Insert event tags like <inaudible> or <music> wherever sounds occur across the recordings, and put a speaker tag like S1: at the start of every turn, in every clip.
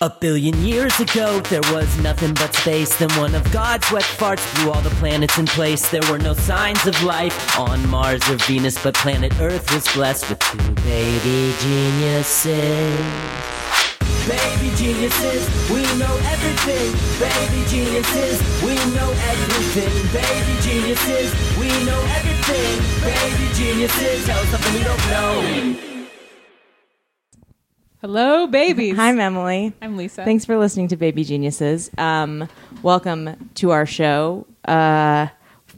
S1: A billion years ago, there was nothing but space. Then one of God's wet farts blew all the planets in place. There were no signs of life on Mars or Venus, but planet Earth was blessed with two baby geniuses. Baby geniuses, we know everything. Baby geniuses, we know everything. Baby geniuses, we know everything. Baby geniuses, tell us something we don't know.
S2: Hello, babies.
S3: Hi, I'm Emily.
S2: I'm Lisa.
S3: Thanks for listening to Baby Geniuses. Um, welcome to our show. Uh,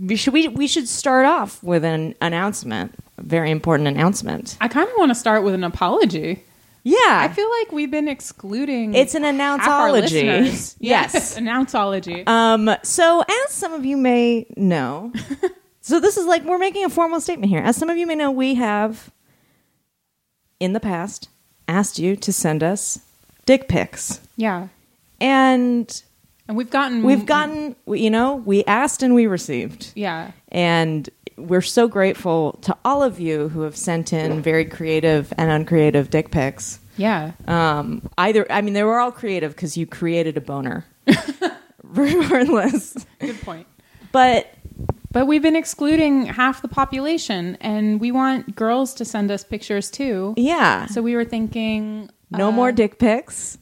S3: we should we we should start off with an announcement, a very important announcement.
S2: I kind of want to start with an apology.
S3: Yeah,
S2: I feel like we've been excluding.
S3: It's an
S2: half our
S3: announceology.
S2: listeners.
S3: <laughs> Yes.
S2: announceology.
S3: Um, so, as some of you may know, so this is like we're making a formal statement here. As some of you may know, we have in the past asked you to send us dick pics,
S2: yeah,
S3: and
S2: and we've gotten
S3: we've gotten, you know, we asked and we received.
S2: yeah.
S3: And we're so grateful to all of you who have sent in very creative and uncreative dick pics.
S2: Yeah.
S3: Um, either, I mean, they were all creative because you created
S2: <laughs>
S3: a boner, regardless.
S2: Good point.
S3: But
S2: But we've been excluding half the population, and we want girls to send us pictures too.
S3: yeah,
S2: So we were thinking,
S3: no
S2: uh,
S3: more dick pics.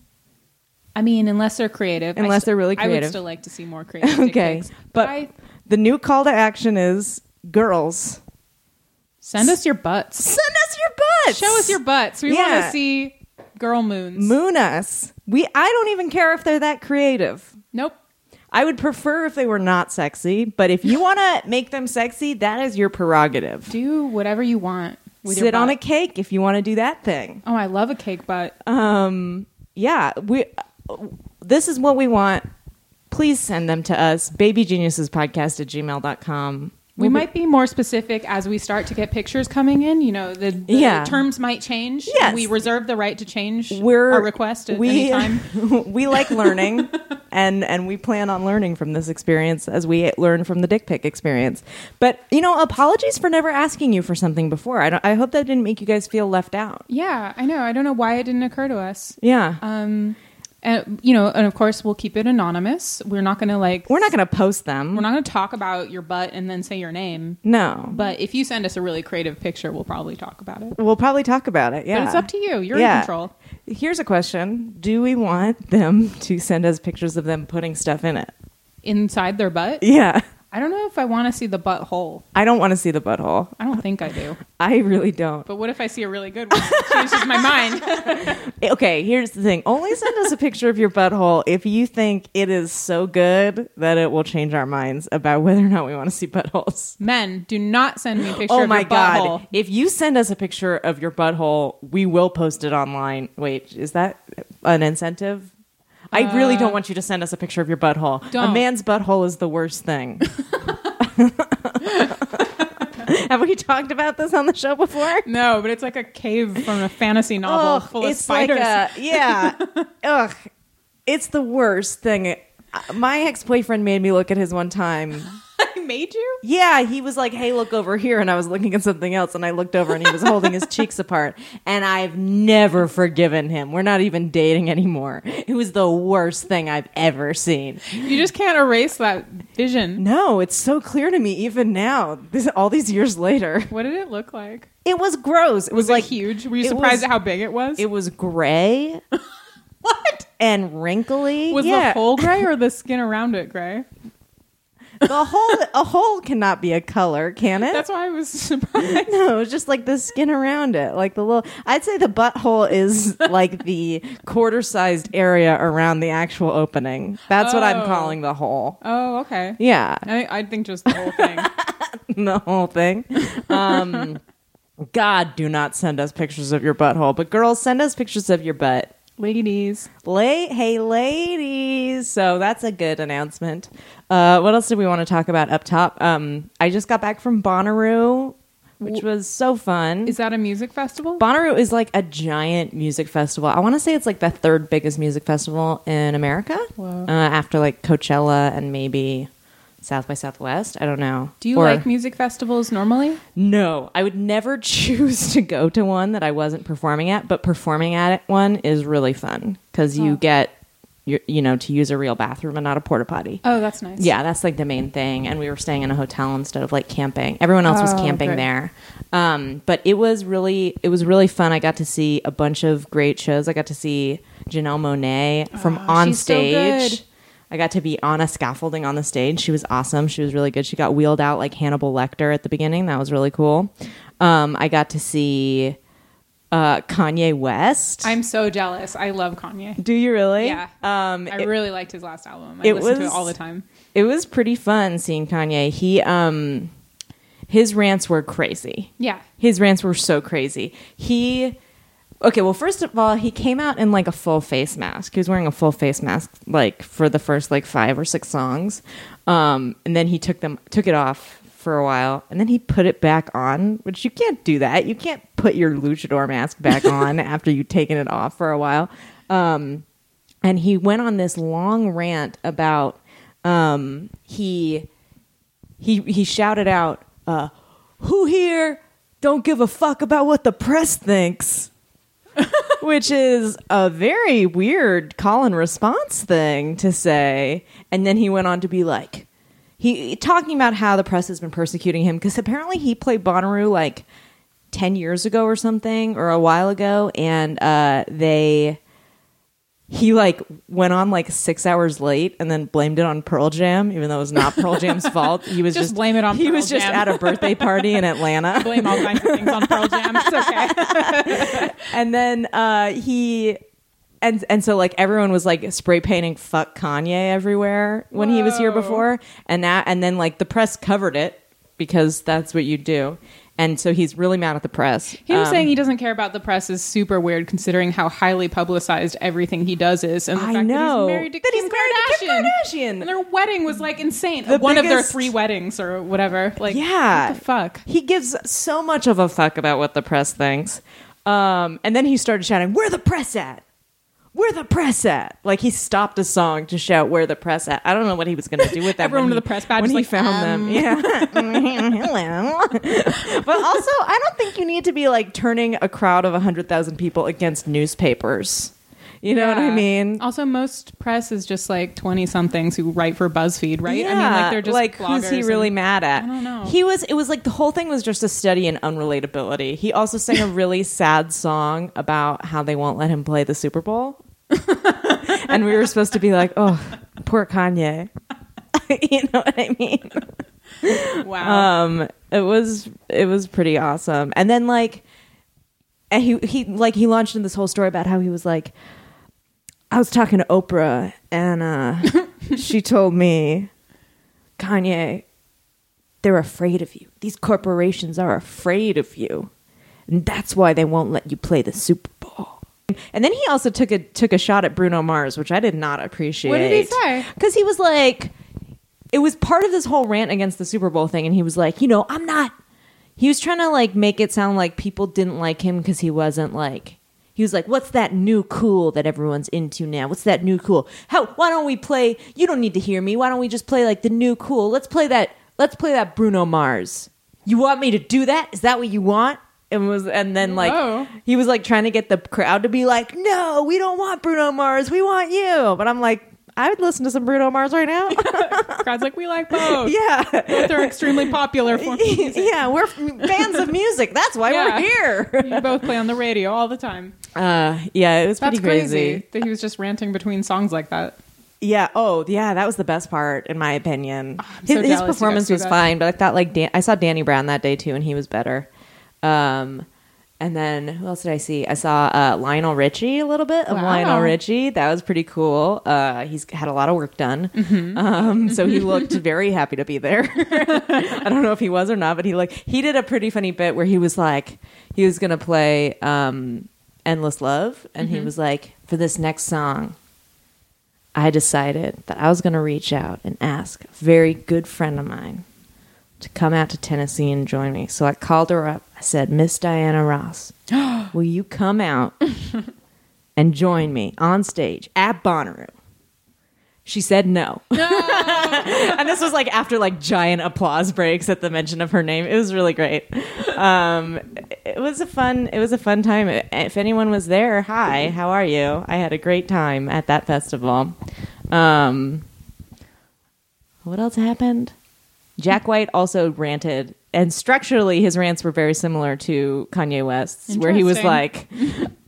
S2: I mean, unless they're creative. I
S3: Unless they're really
S2: I would
S3: creative.
S2: still like to see more creative. dick
S3: <laughs> Okay,
S2: pics.
S3: but
S2: I-
S3: the new call to action is girls
S2: send us your butts.
S3: send us your butts.
S2: Show us your butts. We want
S3: Yeah.
S2: to see girl moons.
S3: moon us. We, I don't even care if they're that creative.
S2: Nope.
S3: I would prefer if they were not sexy, but if you want
S2: <laughs>
S3: to make them sexy, that is your prerogative.
S2: Do whatever you want. With your
S3: Sit on
S2: butt.
S3: a cake if you want to do that thing.
S2: Oh, I love a cake butt.
S3: Um, yeah, we. uh, This is what we want. Please send them to us, babygeniusespodcast at gmail.com.
S2: we might be more specific as we start to get pictures coming in. You know, the, the
S3: Yeah.
S2: terms might change.
S3: Yes.
S2: We reserve the right to change
S3: We're
S2: our request at
S3: <laughs>
S2: any time.
S3: we like
S2: <laughs>
S3: learning, and and we plan on learning from this experience as we learn from the dick pic experience. But you know, apologies for never asking you for something before. I don't, I hope that didn't make you guys feel left out.
S2: Yeah, I know. I don't know why it didn't occur to us.
S3: Yeah,
S2: Um, and, you know, and of course, we'll keep it anonymous. We're not going to like,
S3: We're not going to post them.
S2: we're not going to talk about your butt and then say your name.
S3: No.
S2: But if you send us a really creative picture, we'll probably talk about it.
S3: We'll probably talk about it. Yeah.
S2: But it's up to you. You're in control.
S3: Here's a question Do we want them to send us pictures of them putting stuff in it?
S2: Inside their butt?
S3: Yeah.
S2: I don't know if I want to see the butthole.
S3: I don't want to see the butthole.
S2: I don't think I do.
S3: I really don't.
S2: But what if I see a really good one? It changes my mind.
S3: <laughs> Okay, here's the thing. Only send us a picture of your butthole if you think it is so good that it will change our minds about whether or not we want to see buttholes.
S2: Men, do not send me a picture
S3: Oh
S2: of
S3: my
S2: your butthole.
S3: god. If you send us a picture of your butthole, we will post it online. Wait, is that an incentive? I really don't want you to send us a picture of your butthole. A
S2: Uh, Don't.
S3: man's butthole is the
S2: <laughs>
S3: worst thing. <laughs> Have we talked about this on the show before?
S2: No, but it's like a cave from a fantasy novel
S3: Ugh,
S2: full of spiders.
S3: Like a, <laughs> yeah. Ugh. It's the worst thing. Uh, My ex boyfriend made me look at his one time.
S2: <laughs> I made you?
S3: Yeah, he was like, hey, look over here. And I was looking at something else. And I looked over and he was holding his cheeks apart. And I've never forgiven him. We're not even dating anymore. It was the worst thing I've ever seen.
S2: You just can't erase that vision.
S3: No, it's so clear to me even now, this, all these years later.
S2: What did it look like?
S3: It was gross. It was,
S2: Was
S3: like
S2: it huge? Were you
S3: it
S2: surprised
S3: was-
S2: at how big it was?
S3: It was gray
S2: <laughs> what?
S3: and wrinkly.
S2: Was the
S3: yeah. <laughs>
S2: whole gray or the skin around it gray?
S3: The whole a hole cannot be a color, can it?
S2: That's why I was <laughs> surprised.
S3: no, it's just like the skin around it, like the little. I'd say the butthole is like the quarter-sized area around the actual opening. That's what I'm
S2: Oh.
S3: calling the hole.
S2: Oh, okay.
S3: Yeah, <laughs>
S2: I, I think just the whole thing.
S3: the whole thing. Um, God, do not send us pictures of your butthole, but girls, send us pictures of your butt.
S2: Ladies.
S3: Late, hey ladies! So that's a good announcement. Uh, what else did we want to talk about up top? Um, I just got back from Bonnaroo, which was so fun.
S2: Is that a music festival?
S3: Bonnaroo is like a giant music festival. I want to say it's like the third biggest music festival in America,
S2: Wow.
S3: uh, after like Coachella and maybe South by Southwest. I don't know.
S2: Do you
S3: Or-
S2: like music festivals normally?
S3: No, I would never <laughs> choose to go to one that I wasn't performing at, but performing at one is really fun because you get, you you know, to use a real bathroom and not a porta potty.
S2: Oh, that's nice.
S3: Yeah, that's like the main thing. And we were staying in a hotel instead of like camping. Everyone else was
S2: Oh,
S3: camping
S2: great.
S3: there. Um, but it was really it was really fun. I got to see a bunch of great shows. I got to see Janelle Monet from on
S2: Oh, she's so
S3: stage.
S2: good.
S3: I got to be on a scaffolding on the stage. She was awesome. She was really good. She got wheeled out like Hannibal Lecter at the beginning. That was really cool. Um, I got to see uh, Kanye West.
S2: I'm so jealous. I love Kanye.
S3: Do you really?
S2: Yeah.
S3: Um,
S2: I really liked his last album. I
S3: it
S2: listen to it
S3: was-
S2: all the time.
S3: it was pretty fun seeing Kanye. He um his rants were crazy.
S2: Yeah.
S3: His rants were so crazy. He Okay, well first of all, he came out in like a full face mask. He was wearing a full face mask like for the first like 5 or 6 songs. Um and then he took them took it off for a while and then he put it back on, which you can't do that. You can't put your luchador mask back on after you've taken it off for a while. Um and he went on this long rant about um, he he he shouted out, uh, "Who here don't give a fuck about what the press thinks?" Which is a very weird call and response thing to say. And then he went on to be like, he talking about how the press has been persecuting him because apparently he played Bonnaroo like ten years ago or something or a while ago, and uh, they he like went on like six hours late and then blamed it on Pearl Jam, even though it was not Pearl
S2: <laughs>
S3: Jam's fault. He was
S2: Just
S3: just,
S2: blame it on
S3: He
S2: Pearl
S3: was just
S2: Jam.
S3: at a birthday party
S2: <laughs>
S3: in Atlanta.
S2: Blame all kinds of things on Pearl
S3: <laughs>
S2: Jam. It's okay.
S3: and then uh, he and and so like everyone was like spray painting "fuck Kanye" everywhere when he was here
S2: Whoa.
S3: before, and now and then like the press covered it because that's what you do, and so he's really mad at the press.
S2: Him
S3: Um,
S2: saying he doesn't care about the press is super weird, considering how highly publicized everything he does is, and the
S3: I
S2: fact
S3: know.
S2: that he's married to,
S3: That
S2: Kim,
S3: he's married to Kim
S2: Kardashian.
S3: Kardashian.
S2: and their wedding was like insane.
S3: The
S2: One of their
S3: biggest-
S2: three weddings or whatever. Like,
S3: Yeah.
S2: what the fuck.
S3: He gives so much of a fuck about what the press thinks. Um, and then he started shouting, Where the press at? Where the press at? Like he stopped a song to shout, Where the press at? I don't know what he was going to do with
S2: <laughs>
S3: that.
S2: Everyone
S3: when
S2: with
S3: he-
S2: a press badge is
S3: when he
S2: like,
S3: found
S2: <laughs>
S3: them. Yeah. <laughs> Hello. but also, I don't think you need to be like turning a crowd of 100,000 people against newspapers. You know what I
S2: Yeah.
S3: mean?
S2: Also, most press is just like twenty somethings who write for BuzzFeed, right? I mean, like they're just
S3: who's he
S2: bloggers
S3: really
S2: and-
S3: mad at?
S2: I don't know.
S3: He was. It was like the whole thing was just a study in unrelatability. He also
S2: <laughs>
S3: sang a really sad song about how they won't let him play the Super Bowl, and we were supposed to be like, "Oh, poor Kanye." <laughs> you know what I mean? <laughs>
S2: Wow.
S3: um it was it was pretty awesome and then like and he he like he launched in this whole story about how he was like i was talking to oprah
S2: <laughs>
S3: and uh she told me kanye they're afraid of you these corporations are afraid of you and that's why they won't let you play the super bowl and then he also took a took a shot at Bruno Mars, which I did not appreciate.
S2: What did he say?
S3: Because he was like, it was part of this whole rant against the Super Bowl thing, and he was like, you know, I'm not. He was trying to like make it sound like people didn't like him because he wasn't like. He was like, "What's that new cool that everyone's into now? What's that new cool? How? Why don't we play? You don't need to hear me. Why don't we just play like the new cool? Let's play that. Let's play that Bruno Mars. You want me to do that? Is that what you want?" And was and then like
S2: Whoa.
S3: he was like trying to get the crowd to be like, "No, we don't want Bruno Mars. We want you." But I'm like, I would listen to some Bruno Mars
S2: <laughs>
S3: right now. <laughs>
S2: Crowd's like, we like both.
S3: Uh,
S2: <laughs>
S3: yeah.
S2: Both are extremely popular.
S3: <laughs>
S2: For
S3: yeah, we're f- fans of music. That's
S2: <laughs>
S3: why
S2: Yeah.
S3: we're here.
S2: you both play on the radio all the time.
S3: <laughs> Uh, yeah, it was
S2: That's
S3: pretty crazy.
S2: crazy that he was just ranting between songs like that.
S3: Yeah. Oh, yeah. That was the best part, in my opinion.
S2: Ah, so
S3: his, his
S2: jealous you got to
S3: performance
S2: see
S3: was
S2: that.
S3: fine, but I thought like Dan- I saw Danny Brown that day too, and he was better. Um, and then who else did I see? I saw uh, Lionel Richie a little bit of
S2: Wow.
S3: Lionel Richie. That was pretty cool. Uh, he's had a lot of work done, um, so he looked very happy to be there. <laughs> I don't know if he was or not, but he like he did a pretty funny bit where he was like he was gonna play um, "Endless Love," and he was like, "For this next song." I decided that I was going to reach out and ask a very good friend of mine to come out to Tennessee and join me. So I called her up. I said, Miss Diana Ross, will you come out and join me on stage at Bonnaroo? She said no. <laughs> and this was like after like giant applause breaks at the mention of her name. It was really great. Um, it was a fun. It was a fun time. If anyone was there, hi, how are you? I had a great time at that festival. Um, what else happened? Jack White also ranted, and structurally, his rants were very similar to Kanye West's, where he was like,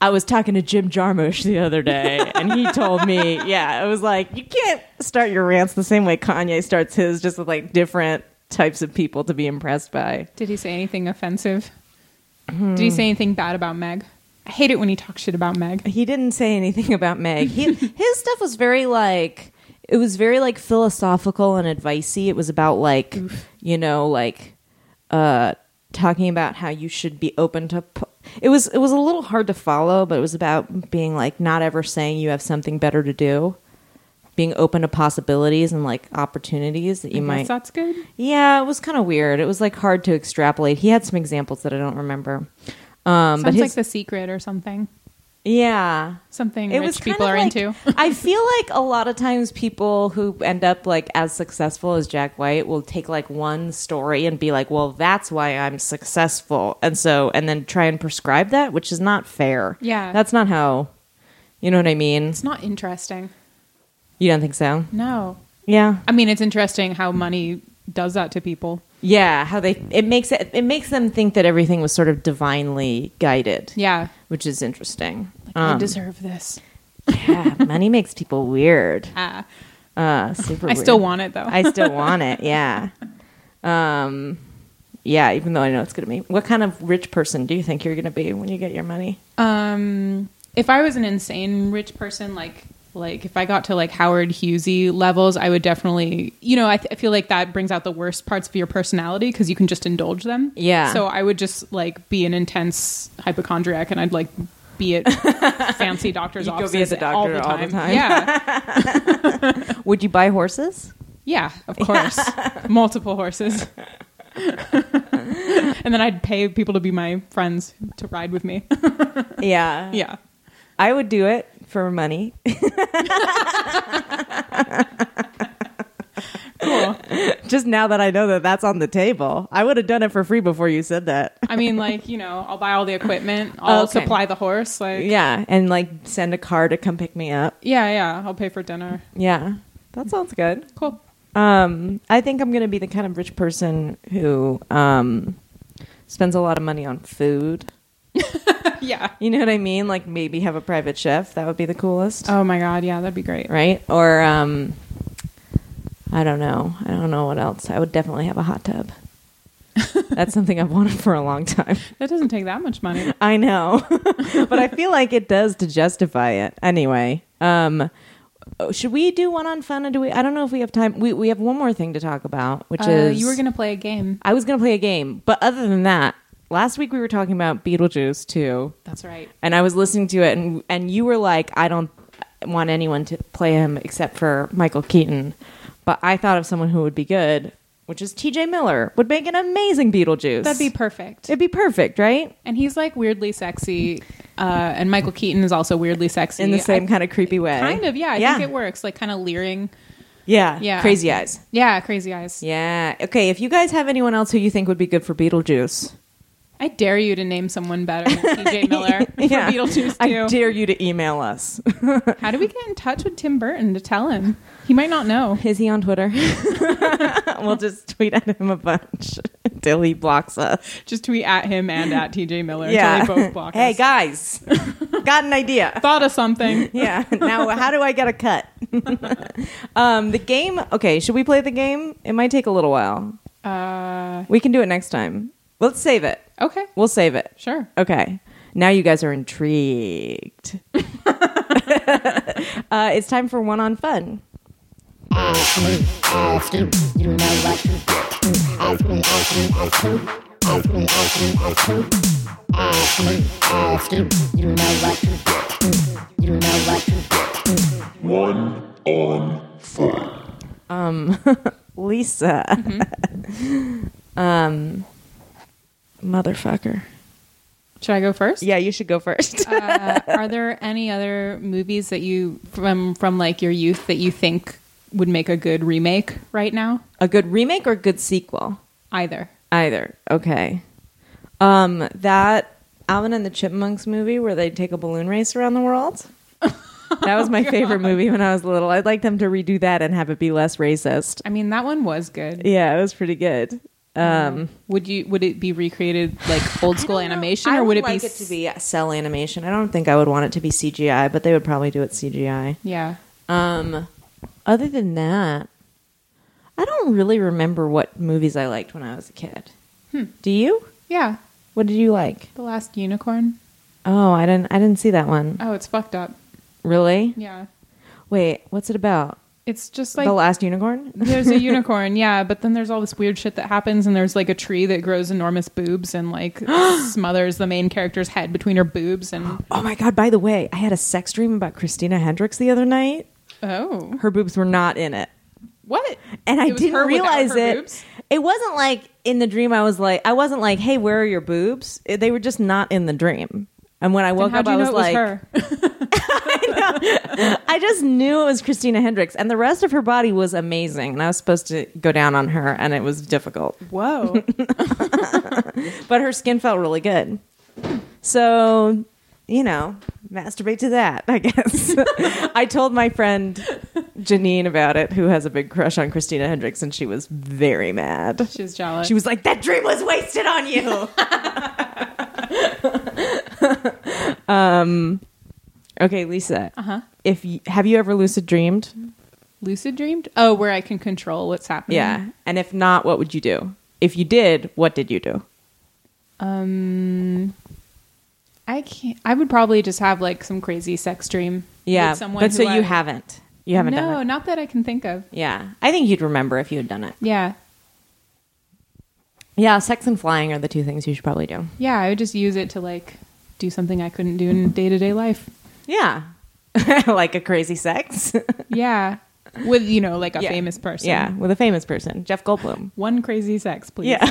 S3: I was talking to Jim Jarmusch the other day, and he told me, yeah, it was like, you can't start your rants the same way Kanye starts his, just with like different types of people to be impressed by.
S2: Did he say anything offensive?
S3: Hmm.
S2: Did he say anything bad about Meg? I hate it when he talks shit about Meg.
S3: He didn't say anything <laughs> about Meg. He, his stuff was very like it was very like philosophical and advicey. It was about like you know like uh talking about how you should be open to po- it was it was a little hard to follow, but it was about being like not ever saying you have something better to do. Being open to possibilities and like opportunities that you
S2: I guess
S3: might Um,
S2: that's good.
S3: yeah, it was kind of weird. It was like hard to extrapolate. He had some examples that I don't remember. Um,
S2: Sounds
S3: but his,
S2: like The Secret or something.
S3: yeah,
S2: Something
S3: it
S2: rich
S3: was
S2: people
S3: kind of
S2: are
S3: like-
S2: into.
S3: <laughs> I feel like a lot of times people who end up like as successful as Jack White will take like one story and be like, "Well, that's why I'm successful," and so and then try and prescribe that, which is not fair.
S2: Yeah.
S3: that's not how. You know what I mean?
S2: It's not interesting.
S3: You don't think so?
S2: No.
S3: Yeah,
S2: I mean, it's interesting how money does that to people.
S3: yeah. How they it makes it it makes them think that everything was sort of divinely guided.
S2: Yeah.
S3: which is interesting. Um,
S2: I deserve this.
S3: <laughs> yeah, money makes people weird.
S2: Ah. <laughs>
S3: Uh, super.
S2: I still
S3: weird.
S2: want it, though.
S3: I
S2: <laughs>
S3: still want it. Yeah. Um, yeah. Even though I know it's gonna be. What kind of rich person do you think you're gonna be when you get your money?
S2: Um, if I was an insane rich person, like like if I got to like Howard Hughesy levels, I would definitely, you know, I, th- I feel like that brings out the worst parts of your personality because you can just indulge them.
S3: Yeah.
S2: So I would just like be an intense hypochondriac, and I'd like be
S3: <laughs>
S2: at fancy doctors'
S3: You'd go
S2: offices
S3: be at the
S2: all,
S3: doctor
S2: the
S3: all the time. <laughs>
S2: Yeah.
S3: Would you buy horses?
S2: Yeah. Of course. Multiple horses. <laughs> and then I'd pay people to be my friends to ride with
S3: <laughs>
S2: me.
S3: <laughs> Yeah.
S2: yeah.
S3: I would do it for money. <laughs>
S2: Cool.
S3: Just now that I know that that's on the table, I would have done it for free before you said that.
S2: I mean, like you know, I'll buy all the equipment. I'll
S3: Okay.
S2: supply the horse. Like, yeah.
S3: Yeah, and like send a car to come pick me up.
S2: yeah, I'll pay for dinner.
S3: Yeah, that sounds good.
S2: Cool. <laughs>
S3: Um, I think I'm going to be the kind of rich person who um, spends a lot of money on food.
S2: yeah.
S3: You know what I mean? Like maybe have a private chef. That would be the coolest,
S2: Oh my god. Yeah, that'd be great.
S3: right? Or um, I don't know. I don't know what else. I would definitely have a
S2: <laughs>
S3: hot tub. That's something I've wanted for a long time. <laughs>
S2: That doesn't take that much money.
S3: I know, <laughs> but I feel like it does to justify it. Anyway, um, oh, should we do one on fun? Or do we? I don't know if we have time. We we have one more thing to talk about, which
S2: Uh,
S3: is
S2: you were gonna play a game.
S3: I was going to play a game, but other than that, last week we were talking about Beetlejuice too,
S2: That's right.
S3: and I was listening to it, and and you were like, I don't want anyone to play him except for Michael Keaton, but I thought of someone who would be good, which is T.J. Miller would make an amazing Beetlejuice.
S2: That'd be perfect.
S3: it'd be perfect, right?
S2: And he's like weirdly sexy, uh, and Michael Keaton is also weirdly sexy
S3: In the same
S2: I-
S3: kind of creepy way,
S2: kind of. Yeah, I think it works. Like kind of leering.
S3: Yeah,
S2: Yeah.
S3: crazy eyes.
S2: Yeah, crazy eyes.
S3: Yeah. Okay. If you guys have anyone else who you think would be good for Beetlejuice,
S2: I dare you to name someone better than
S3: <laughs>
S2: T.J. Miller
S3: Yeah.
S2: for Beetlejuice
S3: I
S2: 2.
S3: dare you to email us.
S2: How do we get in touch with Tim Burton to tell him? He might not know.
S3: Is he on Twitter? <laughs> we'll just tweet at him a bunch <laughs> until he blocks us.
S2: Just tweet at him and at TJ Miller until they both block
S3: <laughs> hey
S2: us.
S3: guys, got an idea.
S2: Thought of
S3: <laughs>
S2: something.
S3: Yeah. Now, how do I get a cut? um, the game. Okay, should we play the game? It might take a little while.
S2: Uh,
S3: We can do it next time. Let's save it.
S2: okay,
S3: We'll save it.
S2: sure.
S3: Okay. Now you guys are intrigued. uh, it's time for one on fun.
S4: Ask me, ask you, you know what you get. Ask me, ask you, ask you, ask me, ask you, ask you. Ask me, ask you, you know what you get. You know what you get.
S5: One on four.
S3: Lisa. um, motherfucker.
S2: Should I go first?
S3: Yeah, you should go first.
S2: Uh, are there any other movies that you from from like your youth that you think would make a good remake right now.
S3: A good remake or a good sequel?
S2: Either.
S3: Either. Okay. Um, that Alvin and the Chipmunks movie where they take a balloon race around
S2: <laughs>
S3: the world. That
S2: Oh
S3: was my favorite movie when I was little. I'd like them to redo that and have it be less racist.
S2: I mean, that one was good.
S3: Yeah, it was pretty good. Um,
S2: Would you? Would it be recreated like old school animation,
S3: I
S2: or would it
S3: like
S2: be?
S3: it to be cell animation? I don't think I would want it to be CGI, but they would probably do it CGI.
S2: Yeah.
S3: Um, other than that, I don't really remember what movies I liked when I was a kid.
S2: Hmm.
S3: Do you?
S2: Yeah.
S3: What did you like?
S2: The last unicorn.
S3: Oh, I didn't. I didn't see that one.
S2: Oh, it's fucked up.
S3: Really?
S2: Yeah.
S3: Wait, what's it about?
S2: It's just like
S3: the Last Unicorn?
S2: there's a unicorn, yeah, but then there's all this weird shit that happens, and there's like a tree that grows enormous boobs and
S3: <gasps>
S2: like smothers the main character's head between her boobs,
S3: <gasps>
S2: and
S3: Oh my god! By the way, I had a sex dream about Christina Hendricks the other night.
S2: oh,
S3: Her boobs were not in it.
S2: what?
S3: and I
S2: It was
S3: didn't
S2: her without
S3: realize
S2: her
S3: it.
S2: boobs?
S3: It wasn't like in the dream. I was like, I wasn't like, hey, where are your boobs? It- they were just not in the dream. And when I woke
S2: How'd
S3: up,
S2: you
S3: I
S2: know
S3: was
S2: it was
S3: like, <laughs>
S2: her?
S3: I just knew it was Christina Hendricks, and the rest of her body was amazing. And I was supposed to go down on her, and it was difficult,
S2: Whoa.
S3: but her skin felt really good. So, you know, masturbate to that. I guess <laughs> I told my friend Janine about it, who has a big crush on Christina Hendricks, and she was very mad.
S2: She's jealous.
S3: She was like, "That dream was wasted on you." um, <laughs> Um, okay, Lisa. Uh-huh. If you, have you ever lucid
S2: Mm-hmm.
S3: dreamed?
S2: lucid dreamed? Oh, where I can control what's happening.
S3: Yeah. And if not, what would you do? If you did, what did you do?
S2: Um I can't I would probably just have like some crazy sex dream.
S3: Yeah,
S2: With someone
S3: but so
S2: who
S3: you
S2: I-
S3: haven't. You haven't
S2: no,
S3: done it.
S2: not that I can think of.
S3: Yeah, I think you'd remember if you had done it.
S2: Yeah.
S3: Yeah, sex and flying are the two things you should probably do.
S2: Yeah, I would just use it to like do something I couldn't do in day to day life.
S3: Yeah, <laughs> like a crazy sex.
S2: Yeah. With, you know, like a
S3: Yeah.
S2: famous person.
S3: yeah, with a famous person, Jeff Goldblum.
S2: One crazy sex, please.
S3: Yeah.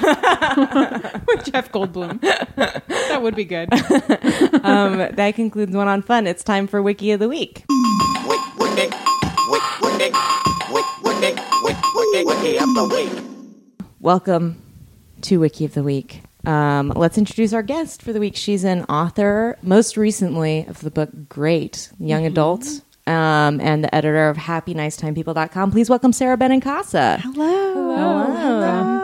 S2: <laughs> With Jeff Goldblum. that would be good.
S3: um, that concludes one on fun. It's time for Wiki of the Week. Welcome to Wiki of the Week. Um, let's introduce our guest for the week. She's an author, most recently of the book Great Young
S6: Mm-hmm.
S3: Adults, um, and the editor of HappyNiceTimePeople.com. Please welcome Sarah Benincasa. Hello. Hello.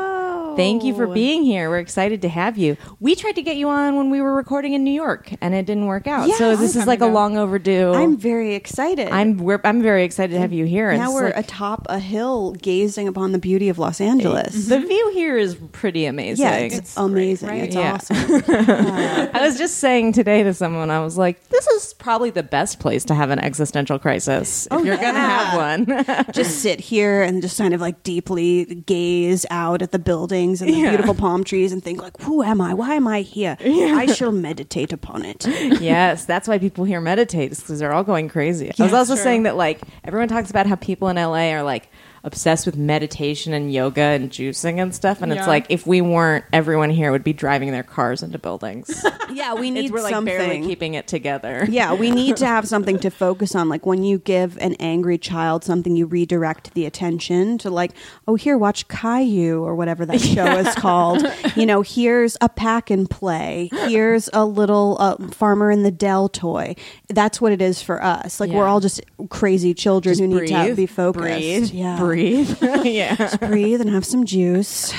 S3: Thank you for being here. We're excited to have you. We tried to get you on when we were recording in New York, and it didn't work out. so
S6: Yeah.
S3: this is like a long overdue.
S6: I'm very excited.
S3: I'm we're, I'm very excited to have you here. It's
S6: now we're
S3: like-
S6: atop a hill, gazing upon the beauty of Los Angeles.
S3: the view here is pretty amazing.
S6: yeah, it's, amazing. It's
S3: Yeah.
S6: awesome. <laughs>
S3: I was just saying today to someone, I was like, this is probably the best place to have an existential crisis
S6: Oh,
S3: if you're going to have
S6: <laughs>
S3: one.
S6: just sit here and just kind of like deeply gaze out at the buildings and the beautiful palm trees and think like, who am I? Why am I here? I shall meditate upon it.
S3: yes, that's why people here meditate, because they're all going crazy. I was also saying that, like, everyone talks about how people in LA are, like, obsessed with meditation and yoga and juicing and stuff. And
S2: Yeah.
S3: it's like, if we weren't, everyone here would be driving their cars into
S6: <laughs>
S3: buildings.
S6: <laughs> Yeah, we
S3: it's,
S6: need
S3: we're, like, barely
S6: something.
S3: keeping it together.
S6: yeah, we need to have something to focus on. Like when you give an angry child something, you redirect the attention to like, oh, here, watch Caillou or whatever that show is called.
S3: <laughs>
S6: You know, here's a pack and play. Here's a little uh, farmer in the Dell toy. That's what it is for us. Like we're
S3: Yeah.
S6: all just crazy children who need to have- be focused.
S3: Breathe. <laughs>
S6: yeah.
S3: Breathe. yeah.
S6: breathe, and have some juice.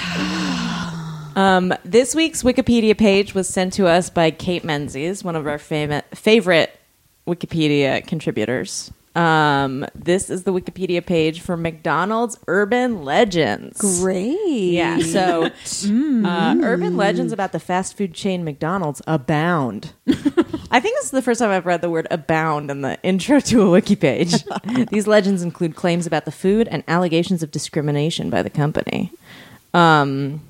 S3: Um, this week's Wikipedia page was sent to us by Kate Menzies, one of our fam- favorite Wikipedia contributors. Um, this is the Wikipedia page for McDonald's Urban Legends.
S6: Great.
S3: Yeah, <laughs> so
S6: Mm.
S3: uh, urban legends about the fast food chain McDonald's
S6: <laughs>
S3: abound. I think this is the first time I've read the word abound in the <laughs> intro to a wiki
S6: <laughs>
S3: page. These legends include claims about the food and allegations of discrimination by the company. Um,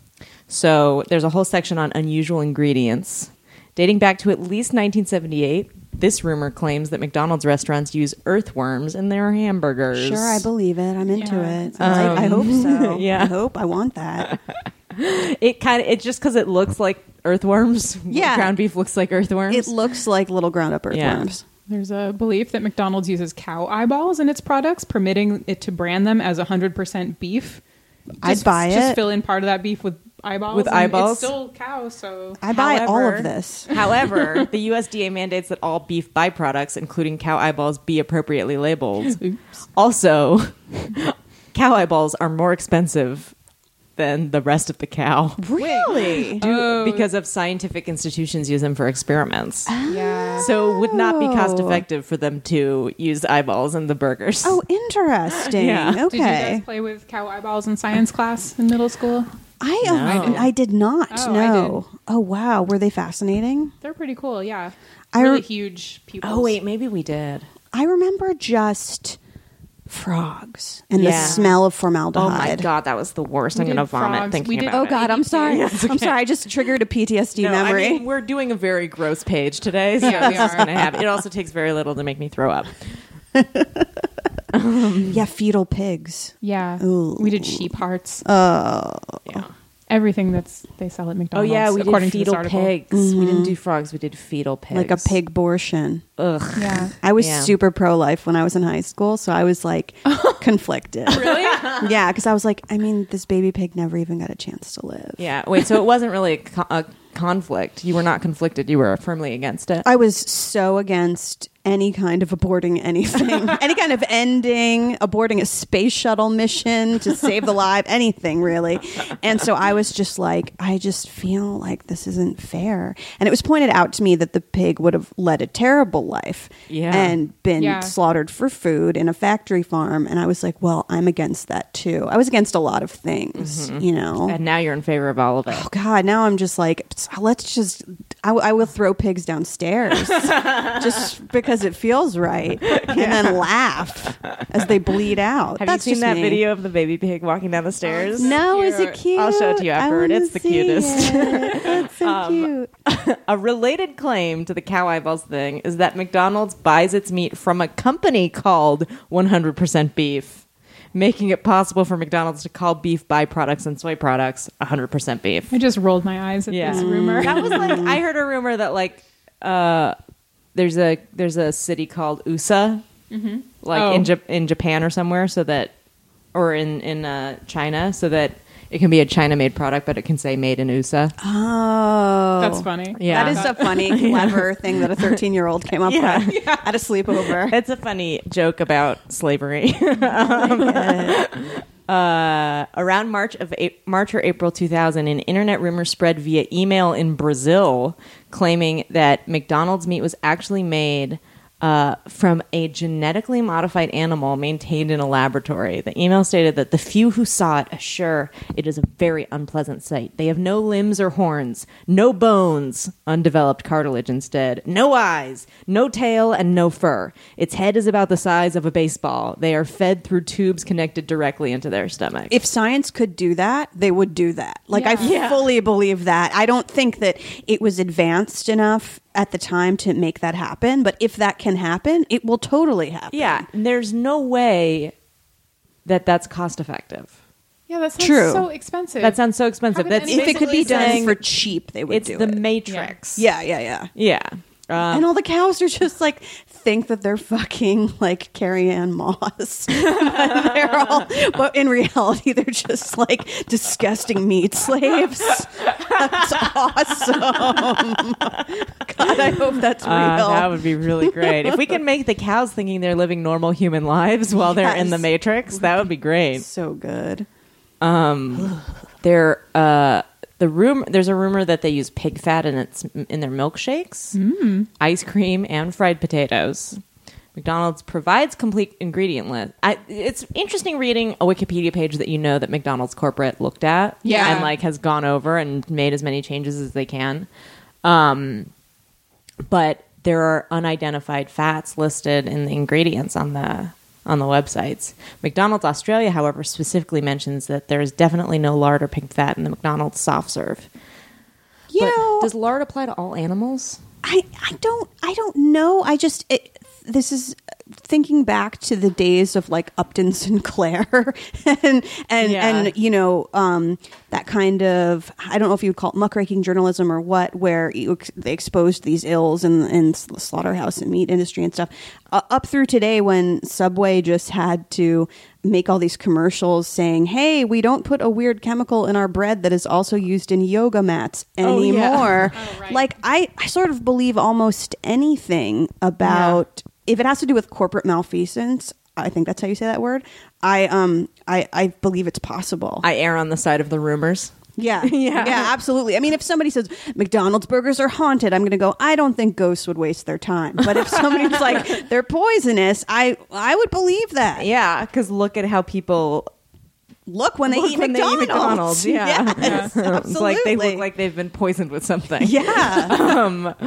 S3: so there's a whole section on unusual ingredients. Dating back to at least 1978, this rumor claims that McDonald's restaurants use earthworms in their hamburgers.
S6: Sure, I believe it. I'm into
S2: Yeah.
S6: it. I, I hope so.
S3: <laughs> yeah.
S6: I hope. I want that.
S3: It kind of it's just because it looks like earthworms. <laughs>
S6: Yeah.
S3: ground beef looks like earthworms.
S6: It looks like little ground up
S3: Yeah.
S6: earthworms.
S2: There's a belief that McDonald's uses cow eyeballs in its products, permitting it to brand them as 100% beef.
S6: I'd
S2: Just-
S6: buy
S2: Just
S6: it.
S2: fill in part of that beef with eyeballs.
S3: With
S2: and
S3: eyeballs?
S2: It's still cow, so.
S6: I buy all
S3: However- <laughs>
S6: of this.
S3: However, the USDA mandates that all beef byproducts, including cow eyeballs, be appropriately labeled. Also, <laughs> cow eyeballs are more expensive than the rest of the cow
S6: Really?
S3: due- because of scientific institutions use them for experiments.
S2: Yeah.
S3: So it would not be cost effective for them to use eyeballs in the burgers. <laughs>
S6: Oh, interesting.
S3: Yeah.
S2: Did you guys
S6: Okay.
S2: play with cow eyeballs in science class in middle school?
S6: I um,
S3: No.
S6: I did not
S2: Oh, I
S6: know. Oh wow, were they fascinating?
S2: They're pretty cool, yeah.
S6: I
S2: really
S6: re-
S2: huge people.
S3: Oh, wait, maybe we did.
S6: I remember just frogs and the
S3: Yeah.
S6: smell of
S3: Oh
S6: formaldehyde.
S3: my god, that was the worst. I'm
S2: did
S3: going to vomit
S2: frogs.
S3: thinking
S2: We did-
S3: about
S6: Oh
S3: it.
S6: god, I'm sorry.
S3: Yes, okay.
S6: I'm sorry. I just triggered a PTSD
S3: No,
S6: memory.
S3: I mean, we're doing a very gross page today, so
S2: Yeah, we
S3: this is
S2: are.
S3: going to happen. It also takes very little to make me throw up.
S6: <laughs> yeah, fetal pigs.
S2: Yeah.
S6: Ooh.
S2: We did sheep hearts.
S3: Oh. Yeah.
S2: Everything that's they sell at
S3: Oh
S2: McDonald's.
S3: yeah, we
S2: according
S3: did
S2: to this
S3: fetal
S2: article.
S3: pigs. We didn't do frogs. We did fetal pigs,
S6: Mm-hmm. Like a pig abortion.
S3: Ugh.
S2: Yeah.
S6: I was
S3: Yeah.
S6: super pro life when I was in high school, so I
S3: <laughs>
S6: was like conflicted. really? Yeah, because I was like, I mean, this baby pig never even got a chance to live.
S3: Yeah. Wait. So it wasn't really a, co- a conflict. You were not conflicted. You were firmly against it.
S6: I was so against any kind of aborting
S3: <laughs>
S6: anything, any kind of ending, aborting a space shuttle mission to save the life, anything really. And so I was just like, I just feel like this isn't fair. And it was pointed out to me that the pig would have led a terrible life
S3: Yeah.
S6: and been
S2: Yeah.
S6: slaughtered for food in a factory farm. And I was like, well, I'm against that too. I was against a lot of things, you know.
S3: Mm-hmm. and now you're in favor of all of it.
S6: Oh God! Now I'm just like, let's just. I, w- I will throw pigs <laughs> downstairs just because it feels right, and then laugh as they bleed out.
S3: Have
S6: That's
S3: you seen that
S6: just me.
S3: video of the baby pig walking down the stairs?
S6: No, is it
S2: Cute.
S6: cute?
S3: I'll show it to you
S6: I
S3: afterward.
S6: wanna
S3: It's the
S6: see
S3: cutest. Um,
S6: it. It's so
S3: <laughs>
S6: cute.
S3: A related claim to the cow eyeballs thing is that McDonald's buys its meat from a company called 100% Beef, making it possible for McDonald's to call beef byproducts and soy products 100% beef.
S2: I just rolled my eyes at
S3: Yeah.
S2: this rumor. <laughs>
S3: That was like <laughs> I heard a rumor that like uh, there's a there's a city called Usa, like
S2: Oh.
S3: in Jap in Japan or somewhere, so that or in in uh, China, so that it can be a China made product, but it can say made in USA.
S6: Oh,
S2: That's funny.
S3: <laughs> Yeah.
S6: That is a funny, clever thing that a 13 year old came up
S3: Yeah.
S6: with at a sleepover.
S3: It's a funny joke about slavery. <laughs> uh, around March of A- March or April 2000, an internet rumor spread via email in Brazil claiming that McDonald's meat was actually made uh, from a genetically modified animal maintained in a laboratory. The email stated that the few who saw it assure it is a very unpleasant sight. They have no limbs or horns, no bones, undeveloped cartilage instead, no eyes, no tail, and no fur. Its head is about the size of a baseball. They are fed through tubes connected directly into their stomach.
S6: if science could do that, they would do that. Like I
S2: Yeah.
S6: fully believe that. I don't think that it was advanced enough at the time to make that happen, but if that can happen, it will totally happen.
S3: yeah, there's no way that that's cost effective.
S2: Yeah, that sounds
S6: True.
S2: so expensive.
S3: That sounds so expensive.
S2: could
S3: That's
S6: If it could be
S2: Basically
S6: done
S2: saying
S6: for cheap, they would
S3: it's
S6: do
S3: the
S6: it.
S3: Matrix.
S6: yeah, yeah, yeah.
S3: yeah. Um,
S6: and all the cows are just like think that they're fucking like Carrie Ann Moss. <laughs> but, they're all, but in reality, they're just like disgusting meat slaves. That's awesome. <laughs> God, I hope that's real.
S3: Uh, that would be
S6: <laughs>
S3: really great. if we can make the cows thinking they're living normal human lives while they're in the
S6: Yes.
S3: matrix, that would be great.
S6: so good.
S3: There, uh, the room there's a rumor that they use pig fat in its in their milkshakes, ice cream, and fried potatoes. McDonald's provides complete ingredient list. I, it's interesting reading a Wikipedia page that you know that McDonald's corporate looked at,
S2: Yeah.
S3: and like has gone over and made as many changes as they can. Um, but there are unidentified fats listed in the ingredients on the on the websites. McDonald's Australia, however, specifically mentions that there is definitely no lard or pig fat in the McDonald's soft serve.
S6: You
S3: But
S6: know,
S3: does lard apply to all animals?
S6: I I don't I don't know. I just it, this is thinking back to the days of like Upton <laughs> Sinclair and and
S2: Yeah.
S6: and you know um, that kind of I don't know if you would call it muckraking journalism or what, where you, ex- they exposed these ills in in the slaughterhouse and meat industry and stuff uh, up through today when Subway just had to make all these commercials saying, "Hey, we don't put a weird chemical in our bread that is also used in yoga mats
S2: Oh, yeah.
S6: anymore."
S2: Oh, right.
S6: Like I, I sort of believe almost anything about if it has to do with corporate malfeasance. I think that's how you say that word. I um I, I believe it's possible.
S3: I err on the side of the rumors. <laughs>
S6: yeah. yeah. Yeah, absolutely. I mean, if somebody says McDonald's burgers are haunted, I'm going to go, I don't think ghosts would waste their time. But if
S3: <laughs>
S6: somebody's like they're poisonous, I I would believe that.
S3: Yeah, because look at how people
S6: Look when they,
S3: look
S6: eat,
S3: when
S6: McDonald's.
S3: they eat McDonald's. <laughs> Yeah,
S6: <laughs> Yes,
S3: It's like they
S6: absolutely.
S3: look like they've been poisoned with something.
S6: Yeah.
S3: <laughs>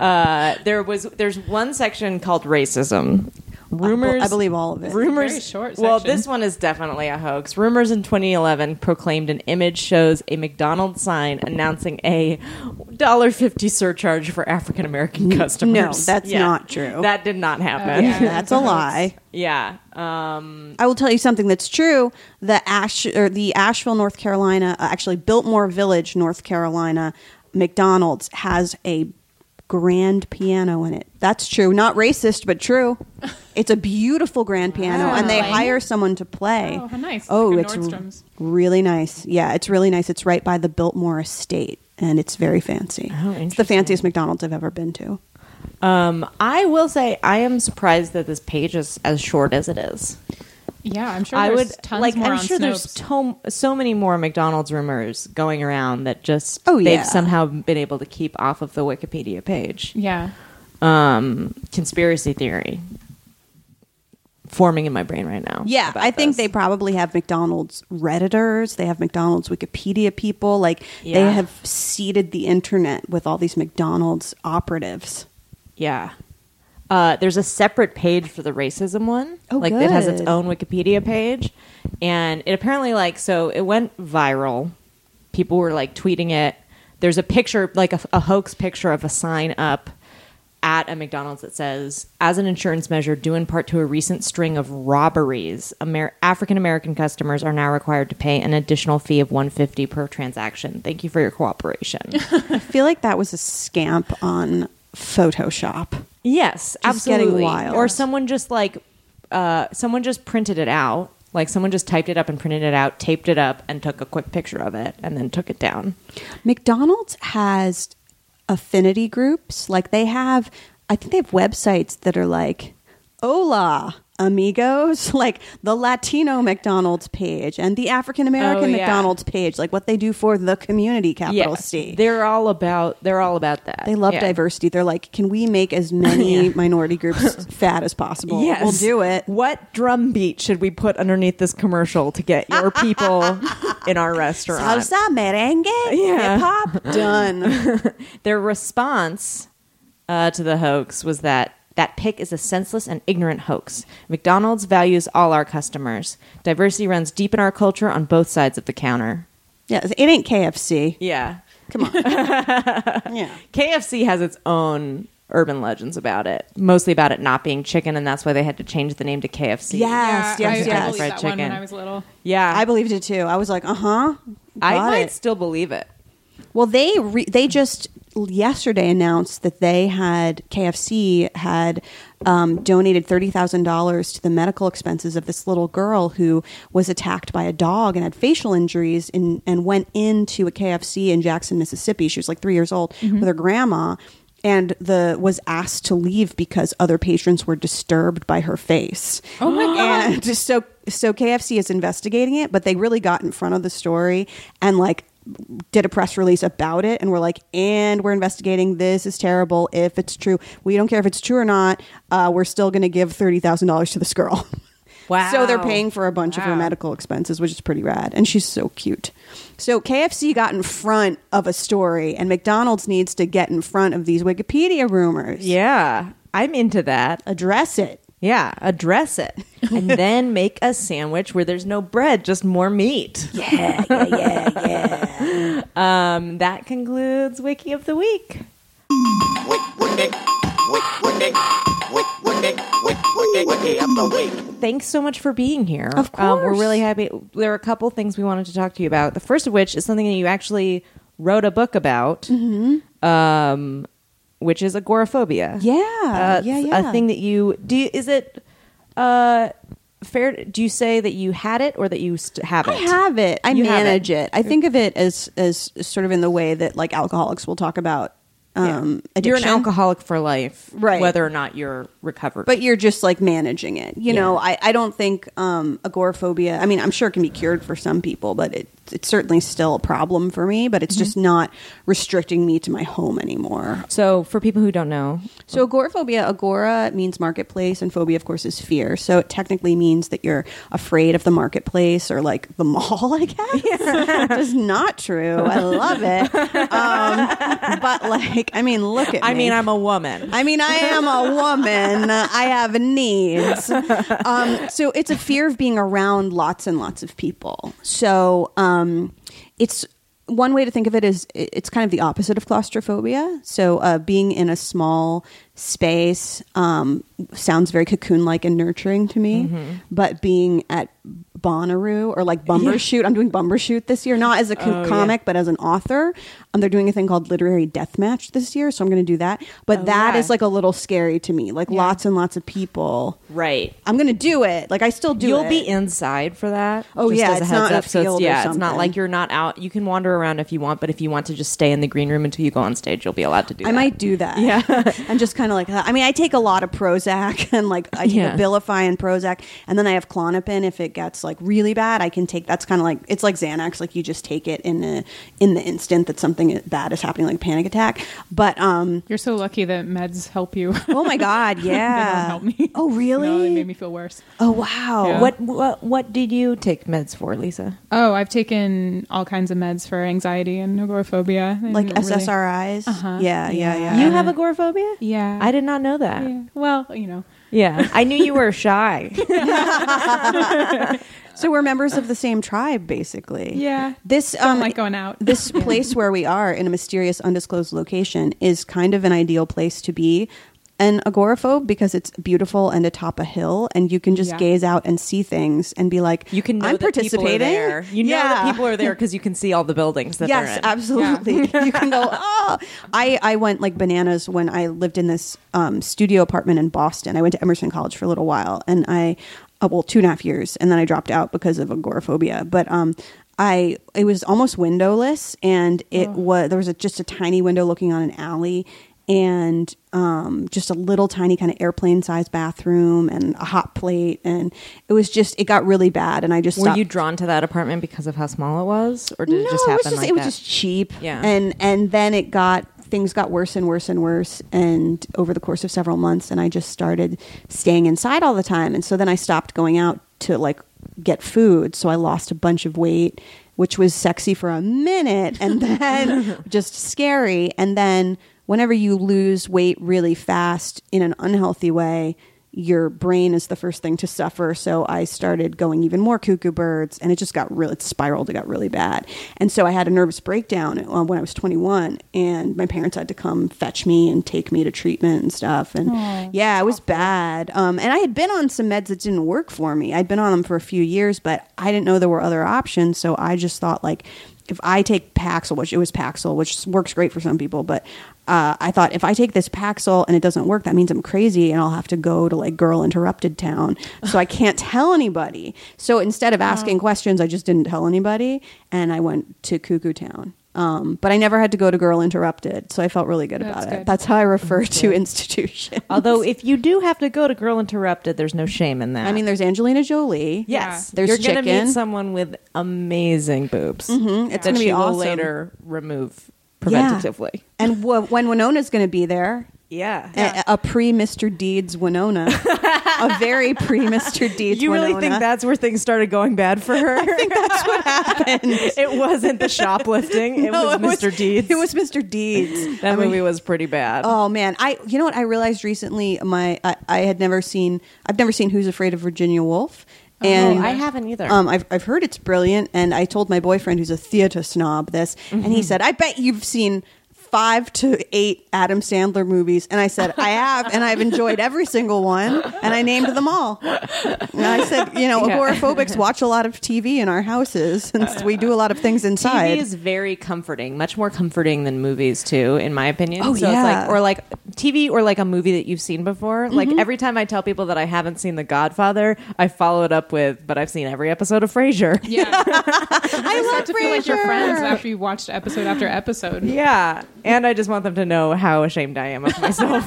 S3: Uh, there was there's one section called racism. Rumors,
S6: I believe all of it.
S3: Rumors,
S2: Very short
S3: well,
S2: section.
S3: this one is definitely a hoax. Rumors in 2011 proclaimed an image shows a McDonald's sign announcing a $1.50 surcharge for African American customers.
S6: that's not true.
S3: That did not happen.
S2: yeah.
S6: That's a lie.
S3: yeah. Um,
S6: I will tell you something that's true. The Ash or the Asheville, North Carolina, uh, actually Biltmore Village, North Carolina, McDonald's has a grand piano in it. That's true. Not racist, but
S2: <laughs>
S6: true. It's a beautiful grand piano, and they
S2: Wow.
S6: hire someone to play.
S2: Oh, how nice.
S6: Oh,
S2: Like a
S6: it's r-
S2: Nordstrom's.
S6: really nice. Yeah, it's really nice. It's right by the Biltmore Estate, and it's very fancy.
S3: Oh,
S6: it's the
S3: interesting.
S6: fanciest McDonald's I've ever been to.
S3: um, I will say I am surprised that this page is as short as it is.
S2: Yeah, I'm sure
S3: I
S2: there's
S3: would
S2: tons
S3: like.
S2: more
S3: I'm
S2: on
S3: sure there's
S2: Snopes.
S3: to- so many more McDonald's rumors going around that just
S6: Oh, yeah.
S3: they've somehow been able to keep off of the Wikipedia page.
S2: yeah.
S3: Um, conspiracy theory forming in my brain right now.
S6: Yeah,
S3: about
S6: I think
S3: this.
S6: they probably have McDonald's redditors. They have McDonald's Wikipedia people. Like
S3: Yeah.
S6: they have seeded the internet with all these McDonald's operatives.
S3: Yeah. Uh, there's a separate page for the racism one.
S6: Oh,
S3: like it has its
S6: good.
S3: own Wikipedia page, and it apparently like so it went viral. People were like tweeting it. There's a picture, like a, a hoax picture of a sign up at a McDonald's that says, "As an insurance measure, due in part to a recent string of robberies, Amer- African American customers are now required to pay an additional fee of 150 per transaction. Thank you for your cooperation."
S6: <laughs> I feel like that was a scamp on Photoshop.
S3: Yes,
S6: Just getting
S3: absolutely.
S6: wild.
S3: Or someone just like uh, someone just printed it out. Like someone just typed it up and printed it out, taped it up, and took a quick picture of it, and then took it down.
S6: McDonald's has affinity groups. Like they have, I think they have websites that are like, hola, amigos, <laughs> like the Latino McDonald's page and the African American
S3: Oh, yeah.
S6: McDonald's page, like what they do for the community, capital C.
S3: they're all about they're all about that.
S6: They love
S3: Yeah.
S6: diversity. They're like, can we
S3: <laughs>
S6: make as many minority groups fat as possible?
S3: Yes,
S6: We'll do it.
S3: What drum beat should we put underneath this commercial to get your
S6: <laughs>
S3: people in our restaurant?
S6: Salsa, merengue,
S3: Yeah.
S6: hip
S3: <laughs>
S6: hop, done.
S3: Their response uh, to the hoax was that that pick is a senseless and ignorant hoax. McDonald's values all our customers. Diversity runs deep in our culture on both sides of the counter.
S6: yeah, it ain't KFC.
S3: Yeah.
S6: Yeah.
S3: KFC has its own urban legends about it, mostly about it not being chicken, and that's why they had to change the name to KFC.
S2: yeah,
S6: Yes, yes,
S2: I, I
S6: yes.
S2: believed
S3: Fried
S2: that one when
S3: chicken.
S2: I was little.
S3: Yeah.
S6: I believed it too. I was like, uh huh.
S3: I might still believe it.
S6: Well, they re- they just yesterday announced that they had KFC had um, donated thirty thousand dollars to the medical expenses of this little girl who was attacked by a dog and had facial injuries in, and went into a KFC in Jackson, Mississippi. She was like three years old with her grandma. And the was asked to leave because other patrons were disturbed by her face. Oh my god! And <laughs> just so so KFC is investigating it, but they really got in front of the story and like did a press release about it and we're like and we're investigating this is terrible if it's true we don't care if it's true or not uh, we're still going to give $30000 to this girl <laughs>
S3: Wow.
S6: so they're paying for a bunch of her
S2: Wow.
S6: medical expenses which is pretty rad and she's so cute so kfc got in front of a story and mcdonald's needs to get in front of these wikipedia rumors
S3: Yeah. I'm into that.
S6: address it
S3: Yeah. Address it.
S6: <laughs>
S3: and then make a sandwich where there's no bread, just more meat. Yeah, yeah, yeah, yeah. <laughs> um, that concludes Wiki of the Week.
S7: Wick, wick, wick, wick, wick, wick, wick,
S3: Thanks so much for being here.
S6: Of
S3: Um, we're
S6: course.
S3: really happy. There are a couple things we wanted to talk to you about. The first of which is something that you actually wrote a book about, um, which is agoraphobia.
S6: Mm-hmm. Yeah,
S3: Uh,
S6: yeah, yeah.
S3: A thing that you do. you- Is it uh, fair? Do you say that you had it or that you st- have it?
S6: I have it. I
S3: You have
S6: manage it. I think of it as as sort of in the way that like alcoholics will talk about um, addiction.
S3: You're an alcoholic for life,
S6: Right.
S3: Whether or not you're recovered,
S6: but you're just like managing it. You
S3: Yeah.
S6: know, I, I don't think um, agoraphobia. I mean, I'm sure it can be cured for some people, but it, it's certainly still a problem for me. But it's just not restricting me to my home anymore.
S3: so for people who don't know,
S6: So agoraphobia, agora means marketplace, and phobia, of course, is fear. So it technically means that you're afraid of the marketplace or like the <laughs> mall. I guess which is not true. I love it, um, but like, I mean, look at
S3: I
S6: me.
S3: mean, I'm a woman.
S6: I mean, I am a woman. I have needs. Um, so it's a fear of being around lots and lots of people. So um, it's one way to think of it is i- it's kind of the opposite of claustrophobia. So uh, being in a small space um, sounds very cocoon-like and nurturing to me, but being at Bonnaroo or like Bumbershoot. I'm doing Bumbershoot this year, not as a co- comic, but as an author. Um, they're doing a thing called Literary Deathmatch this year, so I'm going to do that. But that is
S3: yeah.
S6: like a little scary to me. Like lots and lots of people.
S3: <laughs> right.
S6: I'm going to do it. Like I still do
S3: You'll
S6: it.
S3: be inside for that.
S6: Oh,
S3: just
S6: yeah,
S3: as a
S6: it's
S3: heads
S6: not a
S3: up. so it's,
S6: field or
S3: yeah, it's not
S6: something.
S3: like you're not out. You can wander around if you want, but if you want to just stay in the green room until you go on stage, you'll be allowed to do.
S6: I
S3: that.
S6: might do that. <laughs> Yeah. I'm just kind of like, I mean, I take a lot of Prozac <laughs> and like I take
S3: Yeah.
S6: Abilify and Prozac, and then I have Clonopin. If it gets like really bad, I can take. That's kind of like it's like Xanax. Like you just take it in the in the instant that something bad is happening, like a panic attack. But um,
S2: You're so lucky that meds help you. <laughs>
S6: oh my god, yeah.
S2: they don't help me.
S6: Oh really?
S2: No, they made me feel worse.
S6: oh wow.
S2: Yeah.
S3: What what what did you take meds for, Lisa?
S2: Oh, I've taken all kinds of meds for anxiety and agoraphobia. They
S6: Like
S2: didn't Mm, really-
S6: SSRIs?
S2: Uh-huh.
S6: Yeah, yeah, yeah.
S3: You have agoraphobia?
S2: Yeah.
S3: I did not know that.
S2: Yeah. Well, you know.
S3: yeah. I knew you were shy. <laughs>
S6: so we're members of the same tribe, basically.
S2: Yeah.
S6: This
S2: Don't
S6: um,
S2: like
S3: <laughs>
S2: going out.
S6: This place where we are in a mysterious, undisclosed location is kind of an ideal place to be an agoraphobe because it's beautiful and atop a hill, and you can just
S2: Yeah.
S6: gaze out and see things and be like,
S3: You can know
S6: I'm
S3: that people are
S6: participating.
S3: there. You know
S6: yeah.
S3: that people are there because you can see all the buildings that
S6: yes
S3: they're in.
S6: absolutely you
S3: <laughs>
S6: can go oh I, I went like bananas when i lived in this um, studio apartment in boston i went to emerson college for a little while and i uh, well two and a half years and then i dropped out because of agoraphobia but um I it was almost windowless and it was there was a, just a tiny window looking on an alley and um, just a little tiny kind of airplane sized bathroom and a hot plate and it was just it got really bad and I just
S3: Were
S6: stopped
S3: you drawn to that apartment because of how small it was, or did it just
S6: no,
S3: happen
S6: was just,
S3: like
S6: it was
S3: that?
S6: just cheap.
S3: Yeah.
S6: And and then it got things got worse and worse and worse and over the course of several months and I just started staying inside all the time and so then I stopped going out to like get food so I lost a bunch of weight which was sexy for a minute
S3: <laughs>
S6: and then just scary and then whenever you lose weight really fast in an unhealthy way your brain is the first thing to suffer. So I started going even more cuckoo birds, and it just got real. It spiraled. It got really bad, and so I had a nervous breakdown uh, when I was 21, and my parents had to come fetch me and take me to treatment and stuff. And yeah, it was bad. Um, and I had been on some meds that didn't work for me. I'd been on them for a few years, but I didn't know there were other options. So I just thought like. If I take Paxil, which it was Paxil, which works great for some people, but uh, I thought if I take this Paxil and it doesn't work, that means I'm crazy and I'll have to go to like girl interrupted town. So
S3: <laughs>
S6: I can't tell anybody. So instead of asking questions, I just didn't tell anybody and I went to cuckoo town. Um, but I never had to go to girl interrupted. So I felt really good
S2: That's
S6: about it.
S2: good.
S6: That's how I refer to institutions.
S3: Although, if you do have to go to Girl Interrupted, there's no shame in that.
S6: <laughs> I mean, there's Angelina Jolie.
S3: Yes,
S2: Yes.
S6: There's
S3: you're gonna
S6: chicken.
S3: meet someone with amazing boobs. Mm-hmm. It's that
S6: gonna be
S3: she will
S6: awesome.
S3: later remove
S6: Yeah.
S3: preventatively.
S6: And w- when Winona's going to be there,
S3: Yeah,
S6: a, a pre Mr. Deeds Winona, a very
S3: <laughs>
S6: pre Mr. Deeds.
S3: you really think
S6: Winona. <laughs>
S3: that's where things started going bad for her? I think that's what happened. <laughs> it wasn't the shoplifting; it
S6: <laughs> No,
S3: was Mr. Deeds.
S6: It was Mr.
S3: <laughs>
S6: Deeds.
S3: that
S6: I mean,
S3: movie was pretty bad.
S6: Oh man, I you know what I realized recently? My I, I had never seen I've never seen Who's Afraid of Virginia Woolf. And
S3: Oh, I haven't either.
S6: Um, I've I've heard
S3: Mm-hmm.
S6: it's brilliant, and I told my boyfriend who's a theater snob this, and he said, "I bet you've seen five to eight Adam Sandler movies, and I said I have, and I've enjoyed every single one, and I named them all. And I said, you know, agoraphobics watch a lot of TV in our houses since we do a lot of things
S3: TV
S6: inside.
S3: is very comforting, much more comforting than movies too, in my opinion.
S6: Oh,
S3: so
S6: yeah.
S3: it's like or like TV or like a movie that you've seen before. Like every time I tell people that I haven't seen The Godfather, I follow it up with, but I've seen every episode of Frasier.
S2: Yeah,
S6: I love
S2: to feel like your
S6: Frasier.
S2: friends after you watched episode after episode.
S3: Yeah. And I just want them to know how ashamed I am of myself. <laughs>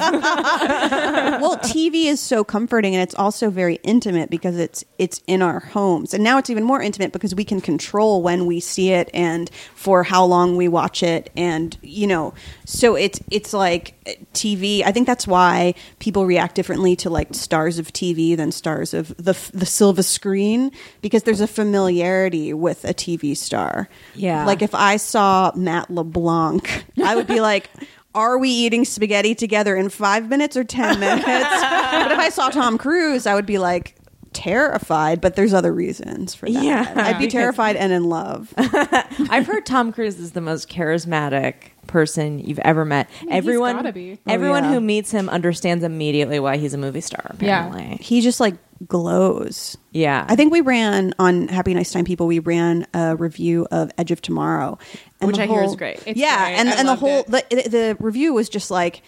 S6: well tv is so comforting and it's also very intimate because it's it's in our homes and now it's even more intimate because we can control when we see it and for how long we watch it and you know so it's it's like eh, tv i think that's why people react differently to like stars of tv than stars of the f- the silver screen because there's a familiarity with a tv star
S3: Yeah.
S6: like if I saw Matt LeBlanc, I would be like, are we eating spaghetti together in five minutes or 10 minutes? but if I saw Tom Cruise, I would be like, terrified, but there's other reasons for that.
S3: Yeah.
S6: I'd be terrified and in love.
S3: I've heard Tom Cruise is the most charismatic person you've ever met. everyone
S2: gotta be.
S6: Oh,
S3: everyone
S6: yeah.
S3: who meets him understands immediately why he's a movie star,
S2: Yeah.
S3: apparently.
S6: He just like glows.
S3: Yeah.
S6: I think we ran on Happy Nice Time People. We ran a review of Edge of Tomorrow, and
S3: Which
S6: the
S3: I hear is great.
S2: It's
S6: yeah,
S2: great.
S6: and
S2: I
S6: and the
S2: loved
S6: whole
S2: it.
S6: the, the the review was just like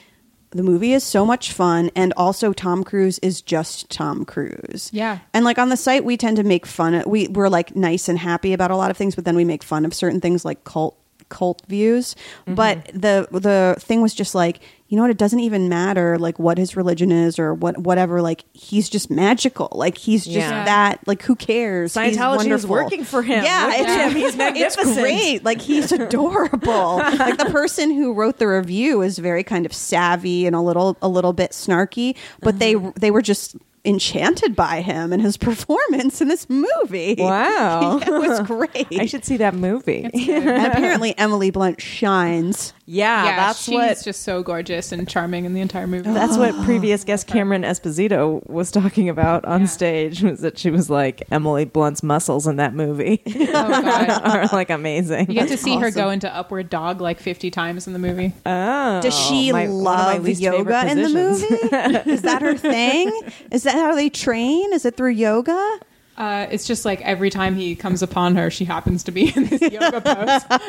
S6: the movie is so much fun, and also Tom Cruise is just Tom Cruise.
S2: Yeah.
S6: and like on the site, we tend to make fun. Of, we we're like nice and happy about a lot of things, but then we make fun of certain things like cult cult views. But the the thing was just like. You know what? It doesn't even matter like what his religion is or what whatever. Like he's just magical. Like he's just
S3: Yeah.
S6: that. Like who cares? He's
S3: Scientology is
S6: wonderful.
S3: working for him.
S6: Yeah,
S3: Look
S6: it's, <laughs>
S3: at him. He's magnificent.
S6: It's great. Like he's adorable. like the person who wrote the review is very kind of savvy and a little a little bit snarky, but
S3: Uh-huh.
S6: they they were just enchanted by him and his <laughs> performance in this movie.
S3: Wow.
S6: Yeah, <laughs> it
S3: <laughs>
S6: was great.
S3: I should see that movie.
S6: and apparently Emily Blunt shines.
S3: <laughs> Yeah,
S2: yeah,
S3: that's
S2: she's
S3: what
S2: just so gorgeous and charming in the entire movie.
S3: that's what
S6: Oh,
S3: previous guest Cameron Esposito was talking about on
S2: Yeah.
S3: stage <laughs> was that she was like Emily Blunt's muscles in that movie <laughs>
S2: oh god.
S3: are like amazing.
S2: You get to see her go into upward dog like 50 times in the movie.
S3: Oh,
S6: Does she
S3: my- one of my
S6: love
S3: least favorite
S6: yoga in the
S3: positions.
S6: movie? Is that her thing? Is that how they train? Is it through yoga?
S2: Uh, it's just like every time he comes upon her, she happens to be in this yoga pose.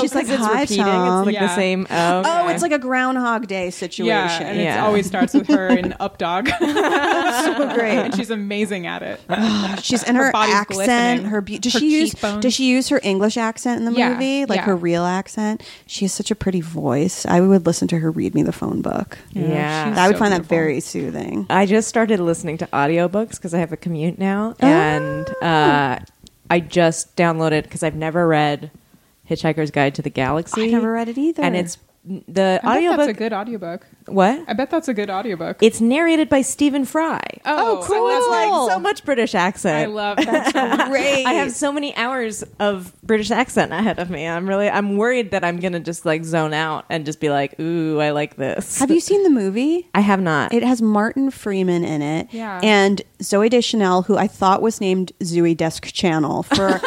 S6: She's like,
S3: 'cause it's
S6: "Hi,
S3: repeating. It's
S6: Tom."
S3: like <laughs> the
S2: Yeah.
S3: same. Oh,
S6: Oh,
S3: okay.
S6: it's like a Groundhog Day situation.
S2: Yeah, and it
S3: Yeah.
S2: always starts with her in up dog.
S6: so great.
S2: and she's amazing at it.
S6: <laughs> She's and her,
S2: Her body's
S6: accent,
S2: glistening.
S6: her be- does
S2: Her
S6: she use
S2: cheekbones.
S6: does she use her English accent in the
S2: Yeah,
S6: movie? Like
S2: yeah.
S6: her real accent. She has such a pretty voice. I would listen to her read me the phone book.
S3: Yeah.
S2: she's
S6: I would
S2: so
S6: find that
S2: beautiful.
S6: very soothing.
S3: I just started listening to audiobooks because I have a commute now.
S6: Oh.
S3: And uh, I just downloaded because I've never read Hitchhiker's Guide to the Galaxy.
S6: I never read it either.
S3: And it's the
S2: I bet
S3: audiobook.
S2: that's a good audiobook.
S3: what?
S2: I bet that's a good audiobook.
S3: It's narrated by Stephen Fry.
S2: Oh,
S6: cool.
S2: I love,
S3: It's
S6: Cool.
S3: like so much British accent.
S2: I love that.
S6: <laughs> great.
S3: I have so many hours of British accent ahead of me. I'm really I'm worried that I'm gonna just like zone out and just be like, ooh, I like this.
S6: Have you seen the movie?
S3: I have not.
S6: It has Martin Freeman in it,
S2: Yeah.
S6: and Zoe Deschanel, who I thought was named Zoe Desk Channel
S3: <laughs>
S6: for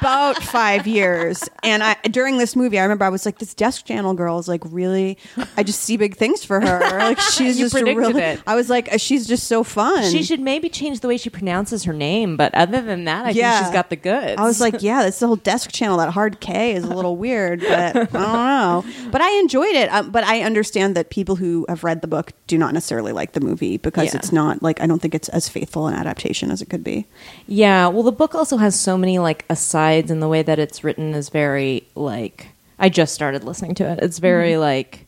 S6: about five years. And I, during this movie, I remember I was like, "This Desk Channel girl is like really. I just see big things for her.
S3: <laughs>
S6: Like she's
S3: You
S6: just
S3: predicted
S6: really.
S3: it.
S6: I was like, uh, she's just so fun.
S3: she should maybe change the way she pronounces her name, but other than that, I
S6: Yeah.
S3: think she's got the goods.
S6: I was like, yeah, this whole desk channel, that hard K is a little weird, but
S3: <laughs>
S6: I don't know. But I enjoyed it. Um, but I understand that people who have read the book do not necessarily like the movie because
S3: Yeah.
S6: it's not like, I don't think it's as faithful an adaptation as it could be.
S3: Yeah, well, the book also has so many like asides, and the way that it's written is very like. I just started listening to it. It's very like,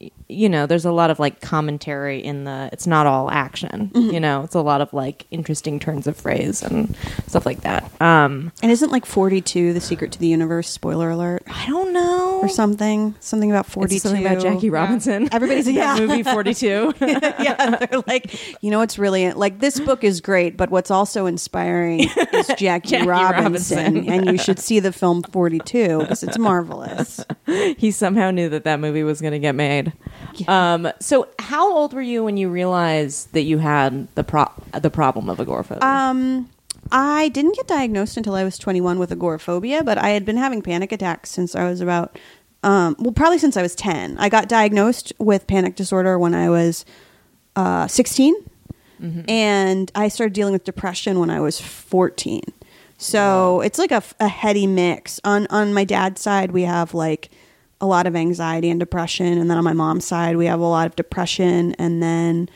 S3: y- you know, there's a lot of like commentary in the. It's not all action, you know. It's a lot of like interesting turns of phrase and stuff like that. Um,
S6: And isn't like 42 the secret to the universe? Spoiler alert.
S3: I don't know.
S6: Or something. Something about 42.
S3: It's something about Jackie Robinson. <laughs>
S6: Everybody's in
S3: yeah.
S6: that
S3: movie Forty <laughs> Two.
S6: yeah, they're like, you know, it's really like this book is great, but what's also
S3: <laughs>
S6: inspiring is Jackie,
S3: Jackie
S6: Robinson,
S3: Robinson.
S6: and
S3: <laughs>
S6: you should see the film Forty Two because it's marvelous.
S3: <laughs> he somehow knew that that movie was going to get made. Um, so, how old were you when you realized that you had the pro- the problem of agoraphobia?
S6: Um, I didn't get diagnosed until I was 21 with agoraphobia, but I had been having panic attacks since I was about um, well, probably since I was 10. I got diagnosed with panic disorder when I was uh, 16.
S2: Mm-hmm.
S6: And I started dealing with depression when I was 14. So it's like a, f- a heady mix. On, on my dad's side, we have like a lot of anxiety and depression. And then on my mom's side, we have a lot of depression and then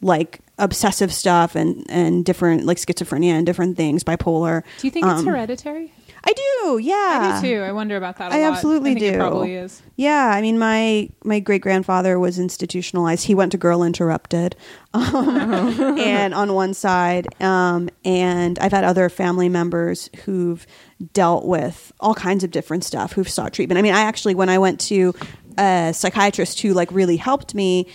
S6: like obsessive stuff and, and different like schizophrenia and different things, bipolar.
S2: Do you think it's
S6: Um,
S2: hereditary?
S6: I do, yeah.
S2: I do too. I wonder about that. I
S6: I absolutely
S2: I think
S6: do.
S2: It probably is.
S6: Yeah, I mean, my my great grandfather was institutionalized. He went to Girl Interrupted, <laughs> um, and on one side, um, and I've had other family members who've dealt with all kinds of different stuff who've sought treatment. I mean, I actually when I went to a psychiatrist who like really helped me.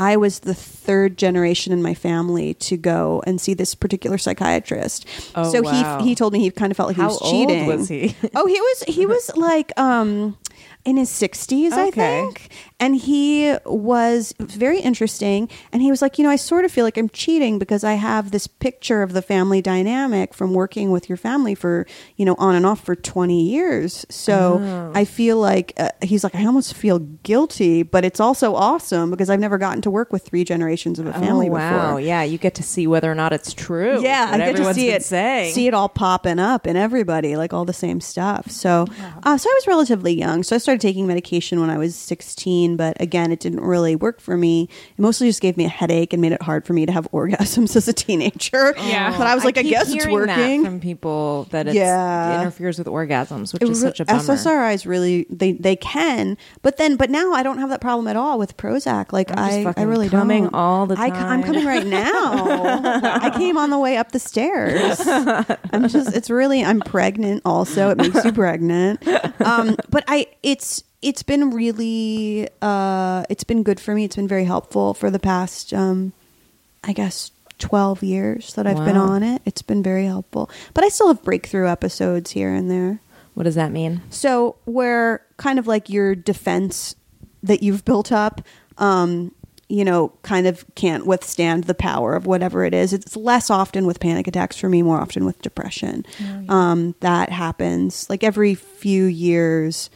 S6: I was the third generation in my family to go and see this particular psychiatrist.
S3: Oh,
S6: so
S3: wow.
S6: he he told me he kind of felt like
S3: How
S6: he was
S3: old
S6: cheating.
S3: was he?
S6: oh, he was he was like um in his 60s, I
S3: Okay.
S6: think. And he was very interesting and he was like, "You know, I sort of feel like I'm cheating because I have this picture of the family dynamic from working with your family for, you know, on and off for 20 years. So,
S3: Oh.
S6: I feel like uh, he's like I almost feel guilty, but it's also awesome because I've never gotten to work with three generations of a family
S3: oh, wow.
S6: before."
S3: Yeah, you get to see whether or not it's true.
S6: Yeah,
S3: what
S6: I get to
S3: everyone's
S6: see
S3: been
S6: it,
S3: saying.
S6: see it all popping up and everybody, like all the same stuff. So, uh, so I was relatively young. So I started taking medication when I was 16, but again, it didn't really work for me. It mostly just gave me a headache and made it hard for me to have <laughs> orgasms as a teenager.
S2: Yeah.
S6: but I was like, I,
S3: keep
S6: guess it's
S3: hearing that
S6: working.
S3: from people that it's,
S6: Yeah.
S3: it interferes with orgasms, which
S6: It
S3: is
S6: re-
S3: such a bummer.
S6: SSRIs really they they can, but then but now I don't have that problem at all with Prozac. Like
S3: just
S6: I I
S3: fucking
S6: really
S3: coming
S6: don't.
S3: all the
S6: I, am
S3: time.
S6: coming right now. I came on the way up the stairs. I'm just it's really I'm pregnant. Also, it makes you pregnant. Um, but I it's it's been really uh, it's been good for me. It's been very helpful for the past um, I guess 12 years that I've been
S3: Wow.
S6: on it. It's been very helpful. But I still have breakthrough episodes here and there.
S3: What does that mean?
S6: So where kind of like your defense that you've built up, um, you know, kind of can't withstand the power of whatever it is. It's less often with panic attacks for me, more often with depression. um, that happens like every few years.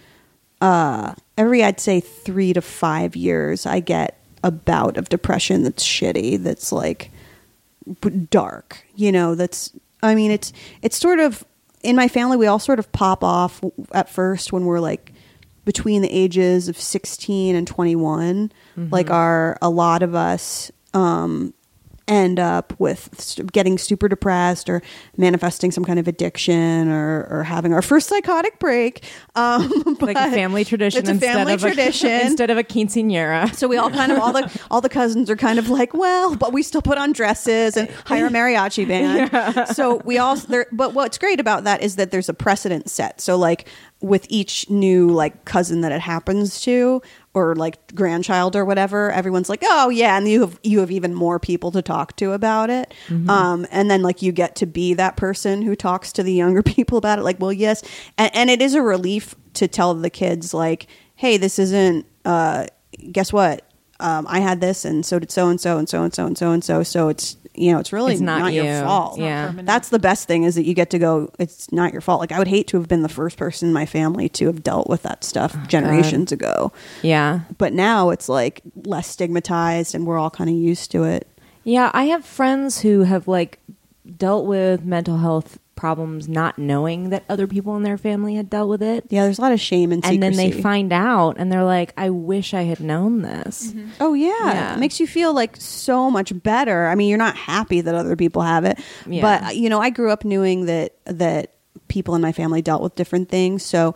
S6: Uh, every I'd say three to five years, I get a bout of depression that's shitty. That's like b- dark you know that's i mean it's it's sort of in my family we all sort of pop off w- at first when we're like between the ages of 16 and 21
S3: Mm-hmm.
S6: like are a lot of us um end up with st- getting super depressed or manifesting some kind of addiction or, or having our first psychotic break um <laughs>
S3: Like a
S6: but-
S3: family tradition
S6: it's a
S3: instead
S6: family
S3: of
S6: tradition
S3: a <laughs> instead of a quinceanera.
S6: so we all kind of all the all the cousins are kind of like, well, but we still put on dresses and hire a mariachi band. So we all there. But what's great about that is that there's a precedent set. So like with each new like cousin that it happens to, or like grandchild or whatever, everyone's like, oh yeah, and you have you have even more people to talk to about it. Um, and then like you get to be that person who talks to the younger <laughs> people about it. Like, well, yes, and, and it is a relief to tell the kids like, hey, this isn't. Uh, guess what? Um, I had this, and so did so and so and so and so and so and so. So it's you know, it's really
S3: It's
S6: not,
S3: not
S6: your
S3: you.
S6: fault.
S3: Yeah. Permanent.
S6: that's the best thing is that you get to go. It's not your fault. Like I would hate to have been the first person in my family to have dealt with that
S3: Oh,
S6: stuff generations ago,
S3: Yeah.
S6: but now it's like less stigmatized, and we're all kind of used to it.
S3: Yeah, I have friends who have like dealt with mental health problems not knowing that other people in their family had dealt with it.
S6: Yeah, there's a lot of shame and secrecy.
S3: And then they find out and they're like, I wish I had known this.
S6: Oh yeah.
S3: Yeah.
S6: It makes you feel like so much better. I mean, you're not happy that other people have it,
S3: Yeah.
S6: but you know, I grew up knowing that that people in my family dealt with different things, so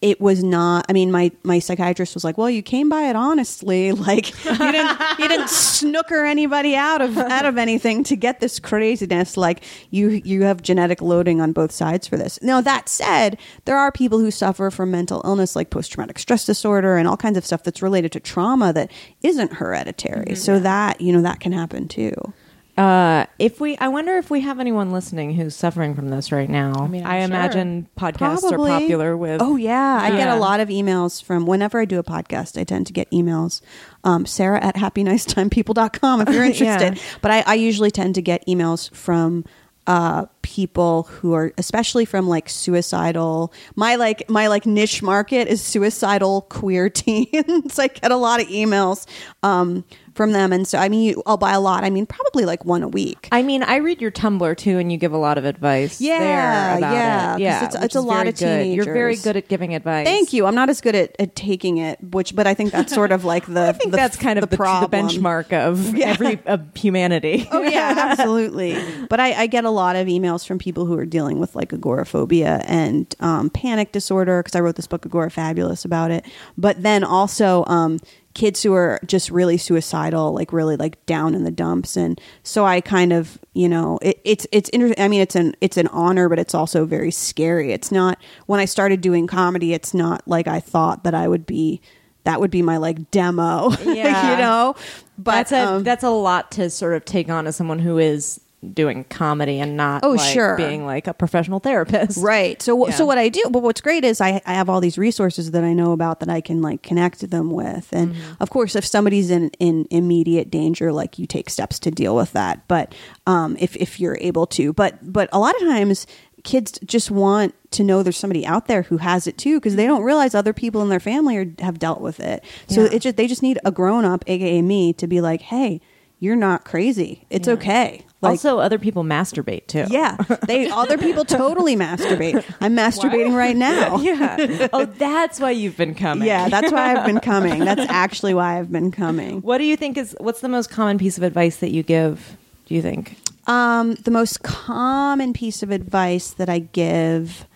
S6: it was not i mean my, my psychiatrist was like well you came by it honestly <laughs> like you didn't you didn't snooker anybody out of out of anything to get this craziness like you you have genetic loading on both sides for this now that said there are people who suffer from mental illness like post-traumatic stress disorder and all kinds of stuff that's related to trauma that isn't hereditary so that you know that can happen too
S3: Uh, if we, I wonder if we have anyone listening who's suffering from this right now. I
S2: mean, I'm sure.
S3: imagine podcasts are popular with.
S6: oh yeah, i get
S3: Yeah.
S6: a lot of emails from whenever i do a podcast i tend to get emails um, sarah at happynicetimepeople.com if you're
S3: <laughs> Yeah.
S6: interested but I, I usually tend to get emails from uh, pe- people who are especially from like suicidal my like my like niche market is suicidal queer <laughs> teens. I get a lot of emails um from them and so I mean I'll buy a lot. I mean probably like one a week.
S3: I mean, I read your Tumblr too, and you give a lot of advice.
S6: Yeah,
S3: there about
S6: yeah,
S3: it.
S6: 'cause
S3: yeah.
S6: it's-
S3: which
S6: it's a
S3: is
S6: lot
S3: very
S6: of
S3: good. You're very
S6: teenagers.
S3: good at giving advice.
S6: Thank you. I'm not as good at, at taking it, which but I think that's sort
S3: <laughs>
S6: of like the
S3: I think that's kind of the, the
S6: problem.
S3: benchmark
S6: <laughs>
S3: of every of <laughs> humanity.
S6: Oh yeah, absolutely.
S3: <laughs>
S6: But I, I get a lot of emails from people who are dealing with like agoraphobia and um, panic disorder because I wrote this book Agora Fabulous about it. But then also um, kids who are just really suicidal, like really like down in the dumps. And so I kind of you know it, it's it's interesting. I mean it's an it's an honor, but it's also very scary. It's not when I started doing comedy, it's not like I thought that I would be. That would be my like demo, <laughs>
S3: Yeah.
S6: you know. But
S3: that's a
S6: um,
S3: that's a lot to sort of take on as someone who is doing comedy and not
S6: Oh,
S3: like,
S6: sure.
S3: being like a professional therapist.
S6: Right. So wh-
S3: Yeah.
S6: so what I do, but what's great is I, I have all these resources that I know about that I can like connect them with. And
S3: Mm-hmm.
S6: of course, if somebody's in, in immediate danger, like you take steps to deal with that. But um, if if you're able to, but but a lot of times kids just want to know there's somebody out there who has it too because they don't realize other people in their family are, have dealt with it. So
S3: Mm-hmm. Yeah.
S6: it just they just need a grown up, aka me, to be like, hey, you're not crazy. It's okay.
S3: <laughs>
S6: Like,
S3: also, other people masturbate too.
S6: yeah, they other people totally masturbate. I'm masturbating right now. Yeah.
S3: <laughs>
S6: <laughs>
S3: yeah. Oh, that's why you've been coming.
S6: that's why I've been coming. That's actually why I've been coming.
S3: What do you think is what's the most common piece of advice that you give? Do you think?
S6: Um, the most common piece of advice that I give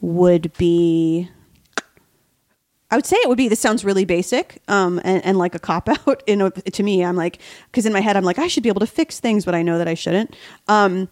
S6: would be I would say it would be this sounds really basic um, and, and like a cop <laughs> out. You know, to me, I'm like because in my head I'm like I should be able to fix things, but I know that I shouldn't. Um,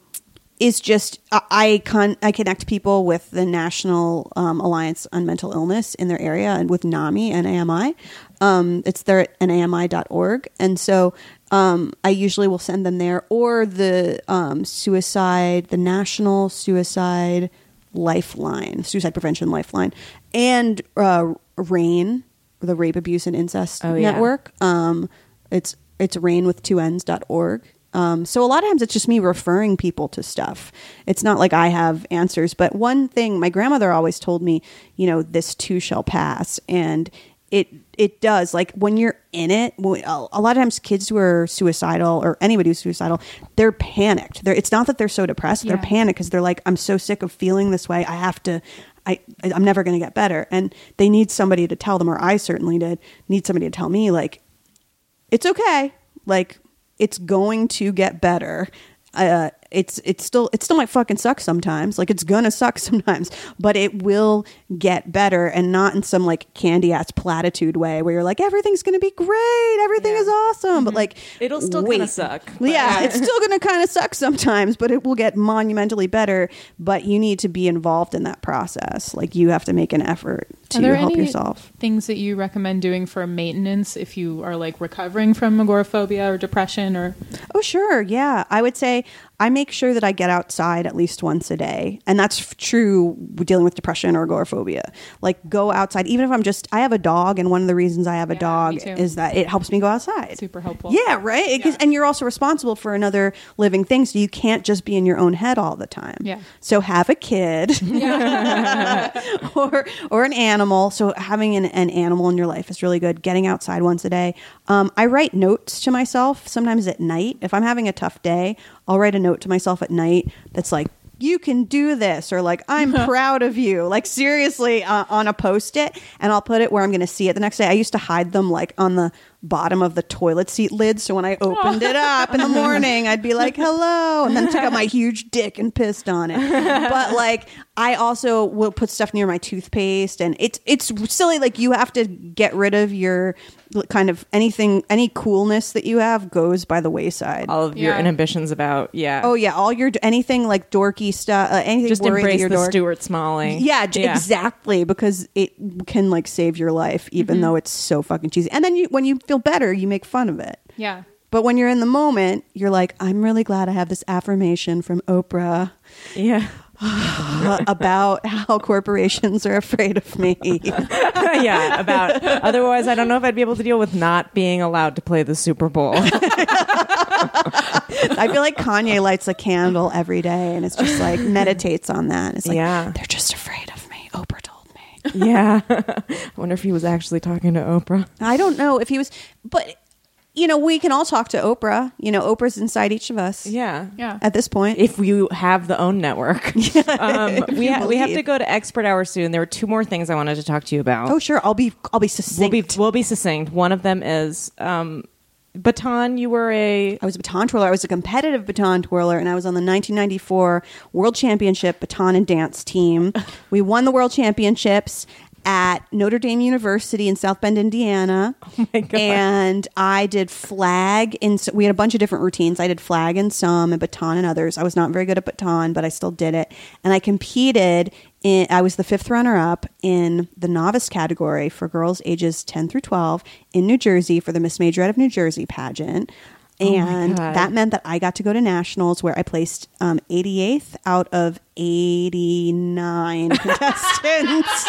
S6: is just I- I con I connect people with the National um, Alliance on Mental Illness in their area and with NAMI and AMI. Um, it's there at nami.org, and so um, I usually will send them there or the um, suicide, the National Suicide Lifeline, Suicide Prevention Lifeline, and uh, RAIN, the Rape Abuse and Incest
S3: Oh, yeah.
S6: Network. Um, it's it's rain with two ends dot org. Um, so a lot of times it's just me referring people to stuff. It's not like I have answers, but one thing my grandmother always told me, you know, this too shall pass, and it it does. Like when you're in it, when- a a lot of times kids who are suicidal or anybody who's suicidal, they're panicked. They're, it's not that they're so depressed;
S2: Yeah.
S6: they're panicked panic because they're like, I'm so sick of feeling this way. I have to, I, I- I'm never going to get better. And they need somebody to tell them, or I certainly did need somebody to tell me, like, it's okay. Like, it's going to get better. Uh, it's it's still it still might fucking suck sometimes. Like it's gonna suck <laughs> sometimes, but it will get better, and not in some like candy ass platitude way where you're like everything's gonna be great, everything is awesome, but like
S3: Mm-hmm. It'll still kinda
S6: wait.
S3: suck, but-
S6: Yeah, it's still going to kind of suck sometimes, but it will get monumentally better. But you need to be involved in that process. Like you have to make an effort to help yourself.
S2: things that you recommend doing for maintenance if you are like recovering from agoraphobia or depression or
S6: Oh, sure. Yeah. I would say I make sure that I get outside at least once a day. And that's f- true with dealing with depression or agoraphobia. Like go outside, even if I'm just, I have a dog. And one of the reasons I have a
S2: Yeah,
S6: dog
S2: me too.
S6: is that it helps me go outside.
S2: Super helpful.
S6: Yeah. Right. It gives-
S2: Yeah.
S6: And you're also responsible for another living thing. So you can't just be in your own head all the time.
S2: Yeah.
S6: So have
S2: <laughs>
S6: a kid. <laughs> or or an animal. So having an, an animal in your life is really good. Getting outside once a day. Um, I write notes to myself sometimes at night. If I'm having a tough day, I'll write a note to myself at night that's like, "You can do this," or like,
S2: <laughs>
S6: "I'm proud of you." Like seriously, uh, on a post-it, and I'll put it where I'm going to see it the next day. I used to hide them like on the bottom of the toilet seat lid, so when I
S3: <laughs>
S6: opened it up in the morning, I'd be like, "Hello," and then took out my huge dick and pissed on it. But like, I also will put stuff near my toothpaste, and it's it's silly. Like you have to get rid of your kind of anything, any coolness that you have goes by the wayside.
S3: All of your
S2: Yeah.
S3: inhibitions about yeah.
S6: oh yeah, all your anything like dorky stuff, uh, anything
S3: just
S6: worry that
S3: embrace
S6: you're
S3: the
S6: dork-
S3: Stuart Smalley.
S6: yeah, j- exactly. Because it can like save your life,
S3: Mm-hmm.
S6: even though it's so fucking cheesy. And then you, when you feel better, you make fun of it.
S2: yeah
S6: But when you're in the moment, you're like, I'm really glad I have this affirmation from Oprah uh,
S3: Yeah. <laughs>
S6: about how corporations are afraid of me.
S3: <laughs> yeah, about otherwise
S6: <laughs>
S3: I don't know if I'd be able to deal with not being allowed to play the Super Bowl.
S6: I feel like Kanye lights a candle every day and it's
S3: <laughs>
S6: just like meditates on that. It's like
S3: Yeah.
S6: they're just afraid of me. Oprah told me.
S3: <laughs> yeah. I wonder if he was actually talking to Oprah.
S6: I don't know if he was but you know, we can all talk to Oprah. You know, Oprah's inside each of us.
S3: Yeah.
S2: Yeah.
S6: At this point.
S3: If you have the own
S6: <laughs>
S3: network, <laughs> um, we, ha- we have
S6: believe.
S3: to go to expert hour soon. There were two more things I wanted to talk to you about.
S6: oh sure, I'll be I'll be
S3: we'll
S6: succinct.
S3: be we'll be succinct. One of them is um, baton. You were a
S6: I was a baton twirler. I was a competitive baton twirler, and I was on the 1994 World Championship baton and dance team. We won the World Championships at Notre Dame University in South Bend, Indiana. Oh
S3: <laughs> my God.
S6: And I did flag, and so we had a bunch of different routines. I did flag in some, and baton in others. I was not very good at baton, but I still did it. And I competed. In, I was the fifth runner up in the novice category for girls ages 10 through 12 in New Jersey for the Miss Majorette of New Jersey pageant and
S3: Oh God.
S6: that meant that I got to go to nationals where I placed um, 88th out of 89 <laughs> contestants.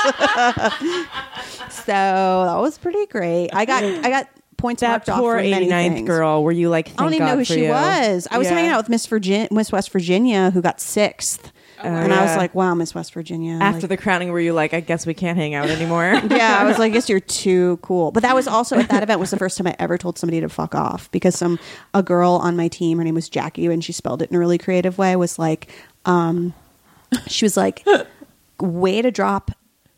S6: so that was pretty great. I got I got points
S3: that
S6: marked off
S3: poor
S6: for many
S3: 89th
S6: things.
S3: girl. Were you like? Thank
S6: I don't even
S3: God
S6: know who
S3: for
S6: she
S3: you.
S6: was. I was
S3: Yeah.
S6: hanging out with Miss Virgin, Miss West Virginia, who got sixth, and I was like, "Wow, Miss West Virginia!"
S3: after
S6: like-
S3: the crowning. Were you like? I guess we can't hang out
S6: <laughs>
S3: anymore.
S6: yeah, I was like, I guess you're too cool. But that was also at that event was the first time I ever told somebody to fuck off because some a girl on my team, her name was Jackie, and she spelled it in a really creative way. Was like, um, she was like, way to drop.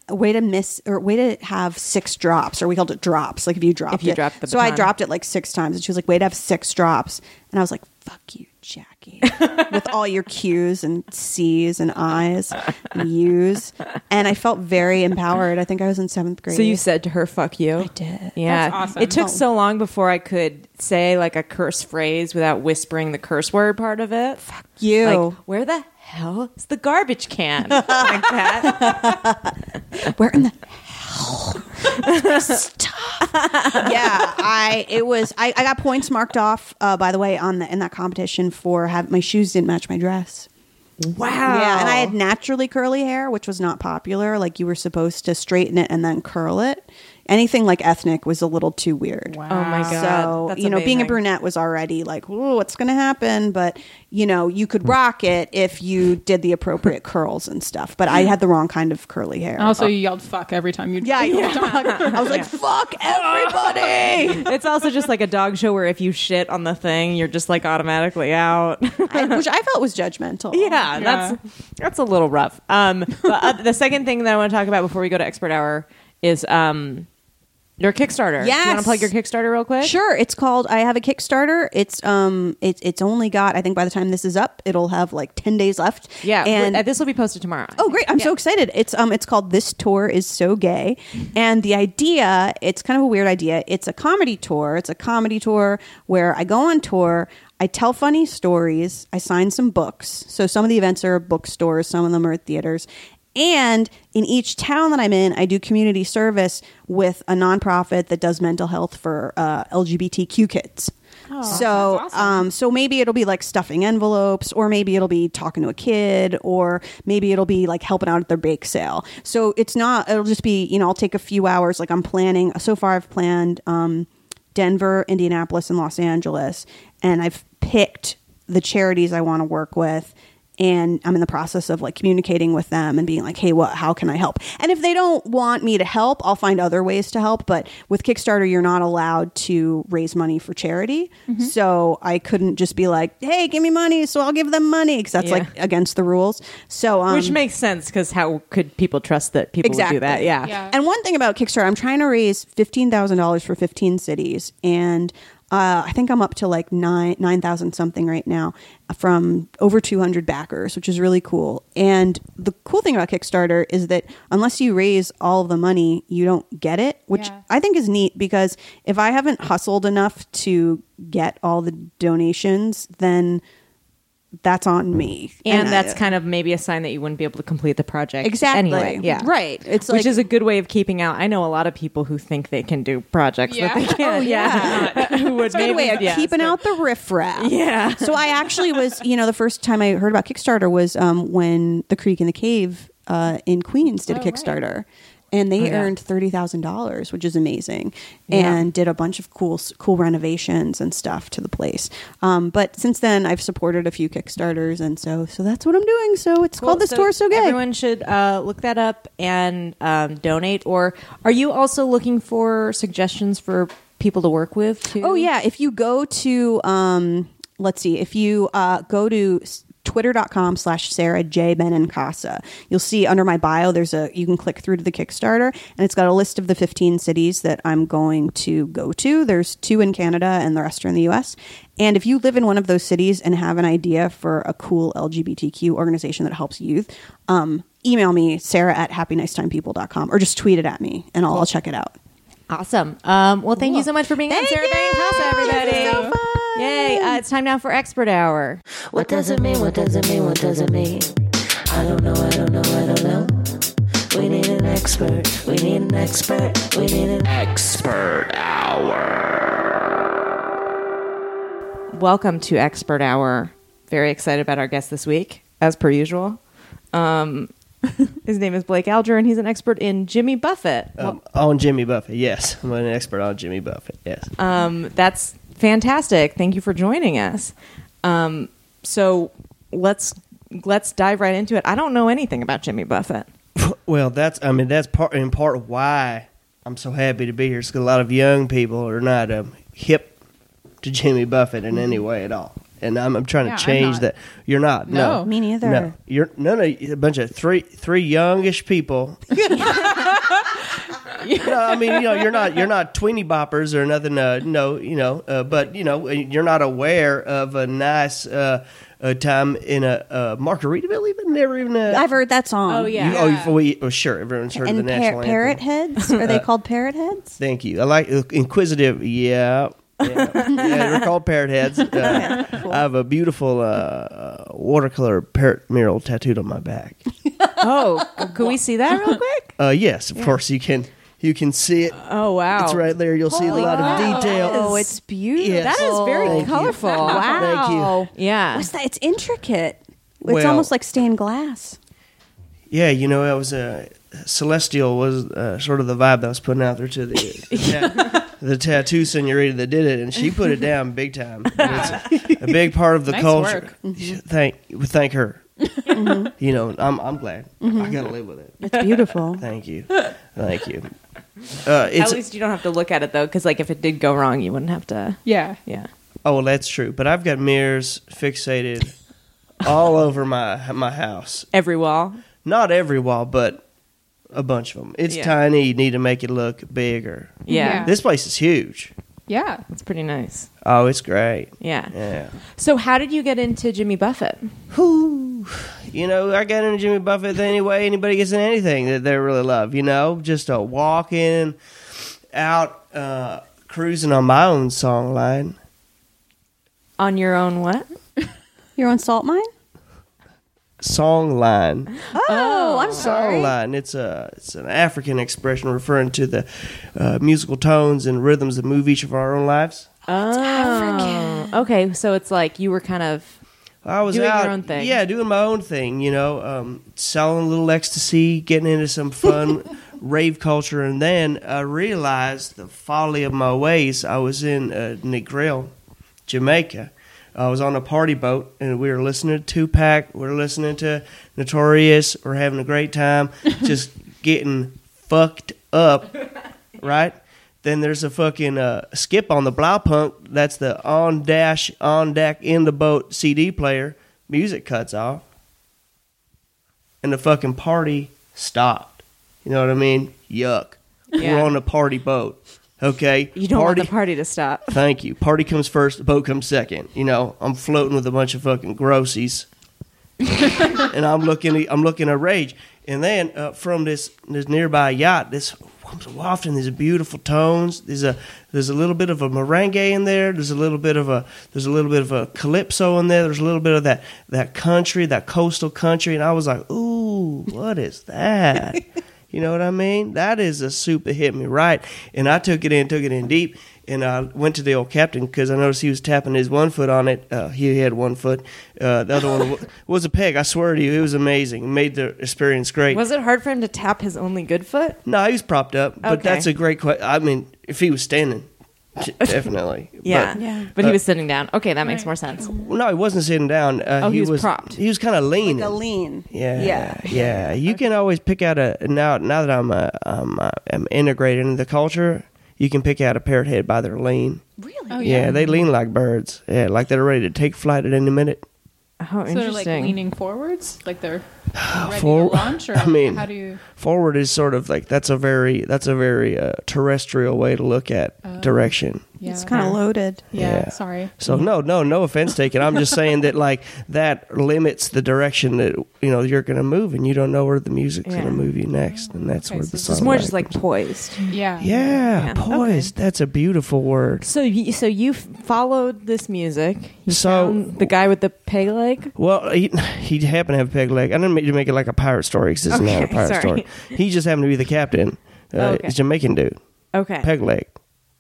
S6: Way to miss or way to have six drops, or we called it drops. Like if you dropped
S3: If you
S6: it,
S3: dropped the
S6: so I
S3: baton.
S6: dropped it like six times, and she was like, "Way to have six drops," and I was like, "Fuck you, Jackie," with all your Q's and C's and I's and U's, and I felt very empowered. I think I was in seventh grade.
S3: so you said to her, "Fuck you." I
S6: did.
S3: Yeah,
S2: That's awesome.
S3: it took
S2: Oh.
S3: so long before I could say like a curse phrase without whispering the curse word part of it. Fuck
S6: you.
S3: Like, where the hell is the garbage can? like that.
S6: Where in the <laughs> hell? Stop. yeah, I it was I, I got points marked off uh, by the way on the in that competition for have my shoes didn't match my dress.
S3: Wow.
S6: Yeah, and I <laughs>
S3: Oh.
S6: had naturally curly hair, which was not popular. Like you were supposed to straighten it and then curl it. Anything like ethnic was a little too weird. Wow.
S3: Oh my god.
S6: So
S3: That's
S6: you know, being a
S3: amazing.
S6: brunette was already like, "Ooh, what's going to happen?" But you know, you could rock it if you did the appropriate curls and stuff. But I had the wrong kind of curly hair.
S3: Oh,
S2: Also, you yelled "fuck" every time you.
S6: yeah, I,
S2: you
S6: <laughs> I was like, "Fuck
S3: <laughs>
S6: everybody!"
S3: It's also just like a dog show where if you shit on the thing, you're just like automatically out. <laughs>
S6: I- which I felt was judgmental.
S3: yeah, that's that's a little rough. Um, but uh, the second thing that I want to talk about before we go to expert hour is um, your Kickstarter. Do you want
S6: Yes.
S3: to plug your Kickstarter real quick?
S6: Sure, it's called. I have a Kickstarter. It's um, it's it's only got. I think by the time this is up, it'll have like ten days left.
S3: Yeah,
S6: and
S3: and this will be posted tomorrow.
S6: Oh, great! I'm so excited. It's um, it's called "This Tour Is So Gay," and the idea it's kind of a weird idea. It's a comedy tour. It's a comedy tour where I go on tour. I tell funny stories. I sign some books. So some of the events are bookstores. Some of them are at theaters. And in each town that I'm in, I do community service with a nonprofit that does mental health for uh, LGBTQ kids. so,
S2: Oh, that's awesome.
S6: um, um, so maybe it'll be like stuffing envelopes, or maybe it'll be talking to a kid, or maybe it'll be like helping out at their bake sale. So it's not. It'll just be you know I'll take a few hours. Like I'm planning. So far I've planned um, Denver, Indianapolis, and Los Angeles, and I've picked the charities I want to work with. And I'm in the process of like communicating with them and being like, hey, what, how can I help? And if they don't want me to help, I'll find other ways to help. But with Kickstarter, you're not allowed to raise money for charity.
S3: Mm-hmm.
S6: So I couldn't just be like, hey, give me money. So I'll give them money because that's
S3: Yeah.
S6: like against the rules. So, um,
S3: Which makes sense because how could people trust that people would do that? Yeah.
S2: Yeah.
S6: and one thing about Kickstarter, I'm trying to raise fifteen thousand dollars for fifteen cities, and uh, I think I'm up to like nine nine thousand something right now from over two hundred backers, which is really cool. And the cool thing about Kickstarter is that unless you raise all of the money, you don't get it, which
S2: Yeah.
S6: I think is neat because if I haven't hustled enough to get all the donations, then that's on me.
S3: And, that's
S6: I-
S3: kind of maybe a sign that you wouldn't be able to complete the project.
S6: Exactly.
S3: Anyway. Yeah.
S6: Right. It's
S3: Which
S6: like-
S3: is a good way of keeping out. I know a lot of people who think they can do projects
S2: Yeah.
S3: that they
S2: <laughs>
S3: can't.
S2: Oh, <laughs>
S3: yeah. who would
S6: It's a good
S3: maybe-
S6: way of
S3: yes,
S6: keeping
S3: but-
S6: out the
S3: <laughs>
S6: riffraff.
S3: Yeah.
S6: So I actually was, you know, the first time I heard about Kickstarter was um, when The Creek in the Cave uh, in Queens did a
S2: Oh, right.
S6: Kickstarter. and they
S3: Oh, yeah.
S6: earned thirty thousand dollars, which is amazing,
S3: Yeah.
S6: and did a bunch of cool cool renovations and stuff to the place. Um, but since then, I've supported a few Kickstarters, and so so that's what I'm doing. So it's
S3: Cool.
S6: called the store so gay.
S3: Everyone should uh, look that up and um, donate. Or are you also looking for suggestions for people to work with? Too?
S6: Oh yeah, if you go to um, let's see, if you uh, go to s- twitter.com slash sarah j benincasa you'll see under my bio there's a you can click through to the kickstarter and it's got a list of the 15 cities that i'm going to go to there's two in canada and the rest are in the us and if you live in one of those cities and have an idea for a cool lgbtq organization that helps youth um, email me sarah at happynightstimepeople.com or just tweet it at me and i'll, I'll check it out
S3: Awesome. Um, well, thank you so much for being on
S6: Thank
S3: Sarah
S6: you.
S3: Benincasa, everybody.
S6: This is so fun.
S3: Yay! Uh, it's time now for Expert Hour.
S1: What does it mean? What does it mean? What does it mean? I don't know, I don't know, I don't know. We need an expert. We need an expert. We need an expert hour.
S3: Welcome to Expert Hour. Very excited about our guest this week, as per usual. Um, <laughs> his name is Blake Alger, and he's an expert in Jimmy Buffett.
S7: Um, on Jimmy Buffett, yes. I'm an expert on Jimmy Buffett, yes.
S3: Um, that's fantastic. Thank you for joining us. Um, so let's let's dive right into it. I don't know anything about Jimmy Buffett.
S7: Well, that's I mean that's part in part why I'm so happy to be here. It's 'cause a lot of young people are not um, hip to Jimmy Buffett in any way at all, and I'm, I'm trying
S2: Yeah, I'm
S7: to change
S2: not.
S7: that. You're not. No,
S2: No.
S6: me neither
S7: No, you're no, no. you're A bunch of three three youngish people. <laughs> no, I mean you know you're not you're not tweeny boppers or nothing. Uh, no, you know, uh, but you know you're not aware of a nice uh, uh, time in a uh, Margaritaville. Even never even. uh, A,
S6: i've heard that song
S2: Oh, yeah.
S7: You, oh, you've, we, oh, sure. Everyone's heard of
S6: and
S7: the national
S6: par- parrot
S7: anthem. <laughs> Uh,
S6: heads are they called parrot heads
S7: Thank you. I like inquisitive. Yeah.
S6: <laughs>
S7: Yeah, yeah they're called parrot heads. Uh, I have a beautiful uh, watercolor parrot mural tattooed on my back.
S3: Oh, <laughs> could we see that real quick?
S7: Uh, yes, of course you can. You can see it.
S3: <laughs> Oh wow,
S7: It's right there. You'll see a lot of detail.
S6: oh it's beautiful
S7: Yes.
S3: That is very
S7: Thank you.
S3: colorful.
S6: wow
S7: Thank you.
S3: Yeah.
S6: What's that? it's intricate it's
S7: Well-
S6: almost like stained glass
S7: Yeah, you know, it was uh, celestial was uh, sort of the vibe that I was putting out there to the
S3: <laughs>
S7: the, ta- the tattoo senorita that did it, and she put it down big time. And
S3: <laughs>
S7: It's a, a big part of the
S2: Nice
S7: culture.
S2: work.
S7: Thank thank her.
S3: Mm-hmm.
S7: <laughs> You know, I'm I'm glad. I gotta live with it.
S6: it's
S7: <laughs>
S6: beautiful
S3: <laughs>
S7: Thank you, thank you. Uh,
S3: At
S7: it's
S3: least you don't have to look at it though, because like if it did go wrong, you wouldn't have to.
S2: Yeah.
S3: Yeah.
S7: oh well, that's true. But I've got mirrors fixated all over my my house.
S3: Every wall.
S7: Not every wall, but a bunch of them. It's
S3: Yeah.
S7: tiny. You need to make it look bigger.
S3: Yeah.
S2: Yeah.
S7: This place is huge.
S2: Yeah.
S3: It's pretty nice.
S7: Oh, it's great.
S3: Yeah.
S7: Yeah.
S3: So how did you get into Jimmy Buffett?
S7: Whew. You know, I got into Jimmy Buffett anyway. Anybody gets in anything that they really love, you know? Just a walking, out, uh, cruising on my own song line.
S3: On your own what?
S6: you're on salt mine
S7: Song line.
S6: oh, i'm
S7: Song
S6: sorry
S7: line. It's, a, it's an African expression referring to the uh, musical tones and rhythms that move each of our own lives.
S3: Oh. Okay, so it's like you were kind of
S7: I was
S3: Doing your
S7: out,
S3: own thing.
S7: yeah, doing my own thing. You know, um, selling a little ecstasy, getting into
S3: <laughs>
S7: some fun rave culture, and then I realized the folly of my ways. I was in uh, Negril, Jamaica. I was on a party boat, and we were listening to Tupac. We were listening to Notorious. We are having a
S3: <laughs>
S7: great time, just getting fucked up, right? Then there's a fucking uh, skip on the Blaupunkt. That's the on dash on deck in the boat CD player. Music cuts off, and the fucking party stopped. You know what I mean? Yuck. We're
S3: Yeah.
S7: on a party boat. Okay.
S3: you don't want the party to stop.
S7: Thank you. Party comes first, the boat comes second. You know, I'm floating with a bunch of fucking grossies, and I'm looking, I'm looking at rage. And then uh, from this this nearby yacht, this comes wafting these beautiful tones. There's a there's a little bit of a merengue in there. There's a little bit of a there's a little bit of a calypso in there. There's a little bit of that that country, that coastal country. And I was like, ooh, what is that? You know what I mean? That is a soup that hit me right. And I took it in, took it in deep, and I went to the old captain because I noticed he was tapping his one foot on it. Uh, he had one foot. Uh, the other
S3: <laughs>
S7: one wa- was a peg. I swear to you, it was amazing. It made the experience great.
S3: Was it hard for him to tap his only good foot?
S7: No, he was propped up, but
S3: Okay.
S7: that's a great question. I mean, if he
S3: <laughs>
S7: was standing, definitely.
S3: Yeah.
S7: But-
S6: Yeah.
S3: But he
S7: Uh,
S3: was sitting down. Okay, that makes more sense.
S7: no, he wasn't sitting down. Uh,
S3: Oh, he was propped.
S7: He was kind of leaning.
S6: The lean.
S7: Yeah,
S6: Yeah.
S7: yeah, You can always pick out a now. Now that I'm uh, um, uh, I'm integrated into the culture, you can pick out a parrot head by their lean.
S3: Really?
S2: Oh,
S7: yeah. they lean like birds. Yeah, like they're ready to take flight at any minute.
S2: So
S3: Oh,
S2: they're like
S3: interesting.
S2: leaning forwards, like
S7: <sighs>
S2: they're ready
S7: For-
S2: to launch, or
S7: <laughs> I mean-
S2: how do you?
S7: Forward is sort of like that's a very that's a very uh, terrestrial way to look at direction.
S2: Yeah,
S6: It's kind of loaded.
S2: Yeah,
S7: Yeah.
S2: sorry.
S7: So no, no, no offense taken. I'm just saying that like that limits the direction that you know you're going to move, and you don't know where the music's
S3: Yeah.
S7: going to move you next, and that's
S2: Okay,
S7: where
S2: so
S7: the
S2: it's
S7: song.
S3: it's more just
S7: language-
S3: like poised.
S2: Yeah,
S7: yeah,
S3: Yeah.
S7: poised. That's a beautiful word.
S3: So, you, so you f- followed this music. You
S7: So-
S3: found the guy with the peg leg.
S7: Well, he, <laughs> he happened to have a peg leg. I didn't mean to make it like a pirate story because it's not a
S3: Okay,
S7: pirate
S3: sorry.
S7: story. He just happened to be the captain. Uh,
S3: Okay.
S7: He's a Jamaican dude.
S3: Okay.
S7: Peg leg.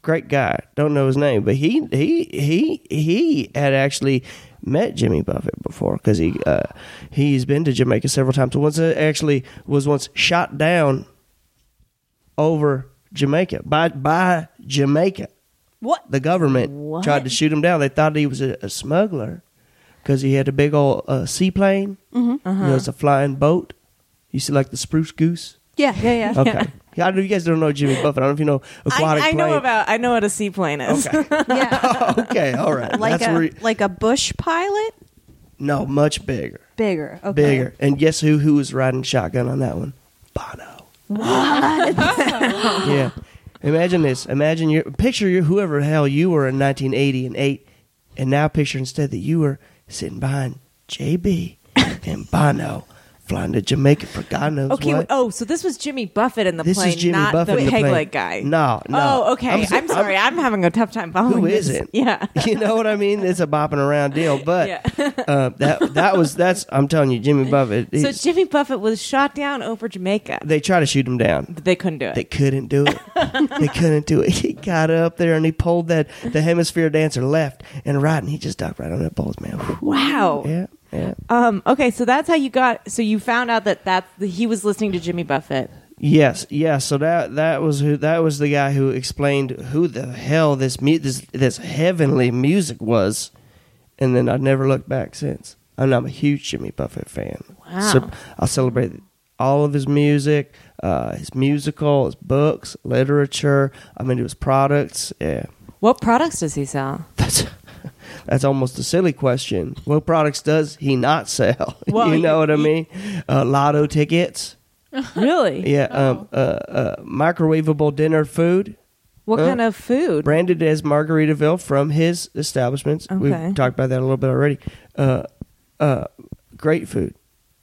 S7: Great guy. Don't know his name, but he he he he had actually met Jimmy Buffett before because he uh, he's been to Jamaica several times. Once uh, actually was once shot down over Jamaica by by Jamaica.
S3: What?
S7: The government tried to shoot him down. They thought he was a, a smuggler because he had a big old uh, seaplane. Mm-hmm.
S3: Uh-huh.
S7: You know, it's a flying boat. You see, like the spruce goose.
S6: Yeah. Yeah. Yeah.
S7: Okay, <laughs> yeah. I know you guys don't know Jimmy Buffett. I don't know if you know aquatic
S3: I, I know
S7: plane.
S3: about. I know what a seaplane is. <laughs>
S7: Okay,
S6: yeah.
S7: <laughs> okay, all right.
S6: Like
S7: That's
S6: a
S7: where you-
S6: like a bush pilot.
S7: no, much bigger,
S6: Bigger. Okay.
S7: bigger. And guess who? Who was riding shotgun on that one? Bono. What? <laughs> yeah. Imagine this. Imagine your picture. Your whoever the hell you were in 1980 and eight, and now picture instead that you were sitting behind
S3: <laughs>
S7: JB and Bono flying to Jamaica for God knows
S3: Okay.
S7: what.
S3: Oh, so this was Jimmy Buffett in the
S7: This is
S3: plane,
S7: Jimmy
S3: not
S7: Buffett
S3: the
S7: in the
S3: peg
S7: plane.
S3: leg guy.
S7: No, no.
S3: Oh, okay. I'm,
S7: I'm so-
S3: sorry. I'm, having a tough time following.
S7: Who
S3: this.
S7: isn't?
S3: Oh Yeah.
S7: <laughs> you know what I mean? It's a bopping
S3: <laughs>
S7: around deal, but
S3: Yeah.
S7: uh, that that was that's I'm telling you, Jimmy Buffett.
S3: So
S7: he's-
S3: Jimmy Buffett was shot down over Jamaica.
S7: they try to shoot him down.
S3: But they couldn't do it.
S7: They couldn't do it.
S3: <laughs>
S7: they couldn't do it. He got up there and he pulled that the hemisphere dancer left and right, and he just ducked right on that balls, man. Whew.
S3: wow.
S7: Yeah, yeah,
S3: Um, okay, so that's how you got. So you found out that that he was listening to Jimmy Buffett.
S7: yes, yes. So that that was who that was the guy who explained who the hell this mu- this this heavenly music was, and then I never looked back since. And I'm a huge Jimmy Buffett fan.
S3: Wow.
S7: I celebrate all of his music, uh, his musical, his books, literature. I'm into his products. Yeah. <laughs>
S3: What products does he sell?
S7: That's that's almost a silly question. What products does he not sell? <laughs>
S3: Well,
S7: you know what I mean? Uh, lotto tickets.
S3: Really?
S7: Yeah.
S6: Oh.
S7: Um, uh, uh, microwavable dinner food.
S3: What
S7: Uh,
S3: kind of food?
S7: Branded as Margaritaville from his establishments.
S3: Okay.
S7: We've talked about that a little bit already. Uh, uh, great food.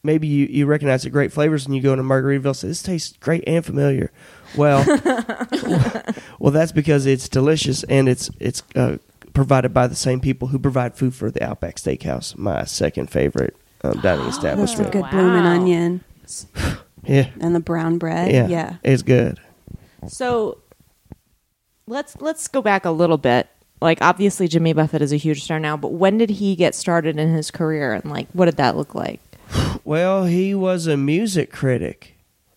S7: Maybe you, you recognize the great flavors and you go into Margaritaville. Say this tastes great and familiar.
S6: <laughs>
S7: Well, well, that's because it's delicious and it's it's uh, provided by the same people who provide food for the Outback Steakhouse, my second favorite um,
S6: <gasps>
S7: dining
S6: Oh, That's a
S7: establishment.
S6: good blooming
S3: Wow.
S6: onion
S7: Yeah,
S6: and the brown bread.
S7: yeah,
S6: Yeah.
S7: it's good.
S3: So let's let's go back a little bit. Like obviously Jimmy Buffett is a huge star now, but when did he get started in his career and like what did that look like?
S7: Well, he was a music critic.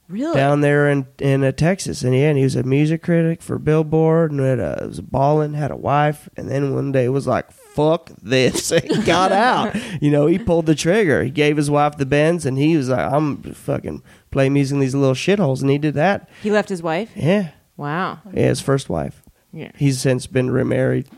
S3: Really?
S7: down there in in uh, Texas, and yeah, and he was a music critic for Billboard, and had a, was balling, had a wife, and then one day was like, "Fuck this!" <laughs> and got out. You know, he pulled the trigger. He gave his wife the bends, and he was like, "I'm fucking play music in these little shitholes," and he did that.
S3: He left his wife?
S7: Yeah,
S3: Wow.
S7: yeah, his first wife.
S3: Yeah.
S7: He's since been remarried,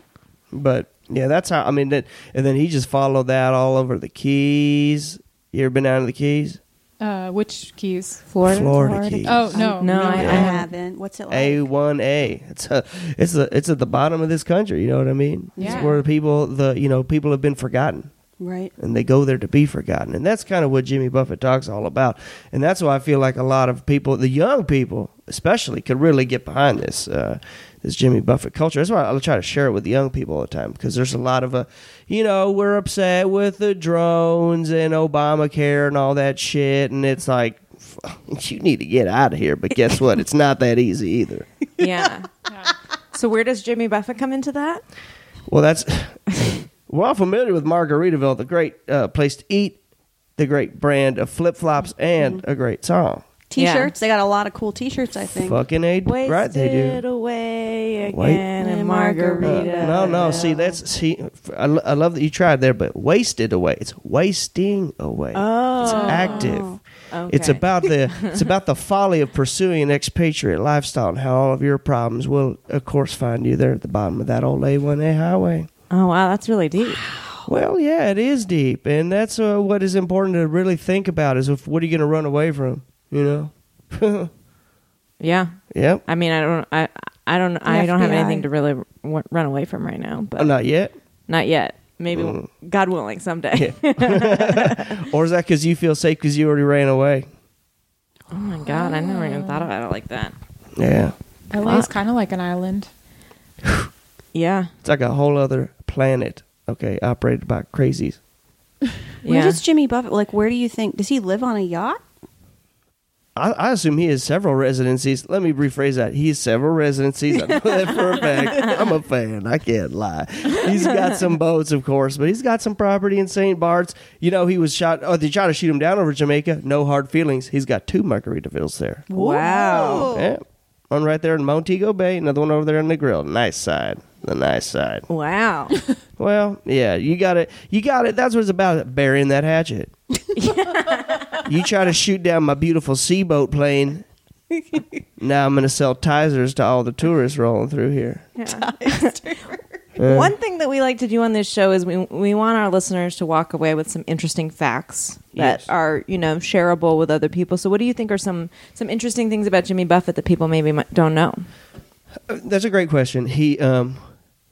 S7: but yeah, that's how. I mean, that, and then he just followed that all over the Keys. You ever been down to the Keys?
S2: Uh, which keys?
S6: Florida.
S7: Florida keys.
S2: Oh no,
S3: no,
S6: Um, I,
S3: I
S6: haven't. What's it like?
S7: A one A. It's a, it's a, it's at the bottom of this country. You know what I mean?
S2: Yeah.
S7: It's where people the you know people have been forgotten
S6: right.
S7: and they go there to be forgotten, and that's kind of what Jimmy Buffett talks all about, and that's why I feel like a lot of people, the young people especially, could really get behind this uh, this Jimmy Buffett culture. That's why I try to share it with the young people all the time because there's a lot of a you know we're upset with the drones and Obamacare and all that shit, and it's like <laughs> you need to get out of here. But guess what? It's not that easy either.
S3: Yeah. So where does Jimmy Buffett come into that?
S7: Well, that's we're all familiar with Margaritaville, the great uh, place to eat, the great brand of flip flops, and a great song.
S6: T-shirts. They got a lot of cool T-shirts. I think.
S7: Fucking a
S3: Wasted
S7: right, they do.
S3: away again
S7: Wait.
S3: in
S7: Uh,
S3: margarita.
S7: no, no. See, that's see. f- I, lo- I love that you tried there, but wasted away. It's wasting away. It's active. It's
S3: Okay.
S7: about the it's about the folly of pursuing an expatriate lifestyle and how all of your problems will, of course, find you there at the bottom of that old A1A highway.
S3: Oh wow, that's really deep.
S7: Well, yeah, it is deep, and that's uh, what is important to really think about: is if, what are you going to run away from? You know. <laughs>
S3: Yeah.
S7: yep.
S3: I mean, I don't, I, I don't, I don't have
S6: FBI.
S3: anything to really w- run away from right now, but
S7: Oh, not yet.
S3: not yet. Maybe, God willing, someday.
S7: Or is that because you feel safe because you already ran away?
S3: <laughs> oh my God, I never even thought about it like that.
S7: Yeah.
S2: LA is kind of like an island.
S3: Yeah.
S7: It's like a whole other planet, okay, operated by crazies.
S6: Where
S3: Yeah.
S6: does Jimmy Buffett like? Where do you think does he live on a yacht?
S7: I, I assume he has several residencies. Let me rephrase that. He has several residencies. I know that for a fact. I'm a fan. I can't lie. He's got some boats, of course, but he's got some property in St. Bart's. You know, he was shot. Oh, they tried to shoot him down over Jamaica. No hard feelings. He's got two Margaritavilles there.
S3: wow.
S7: Yeah. One right there in Montego Bay, another one over there in the grill. Nice side. The nice side.
S3: <laughs> Wow.
S7: Well, yeah, you got it. You got it. That's what it's about burying that hatchet. you try to shoot down my beautiful sea boat plane. now I'm going to sell tizers to all the tourists rolling through here.
S3: One thing that we like to do on this show is we we want our listeners to walk away with some interesting facts that
S7: Yes.
S3: are you know shareable with other people. So, what do you think are some some interesting things about Jimmy Buffett that people maybe mi- don't know?
S7: That's a great question. He um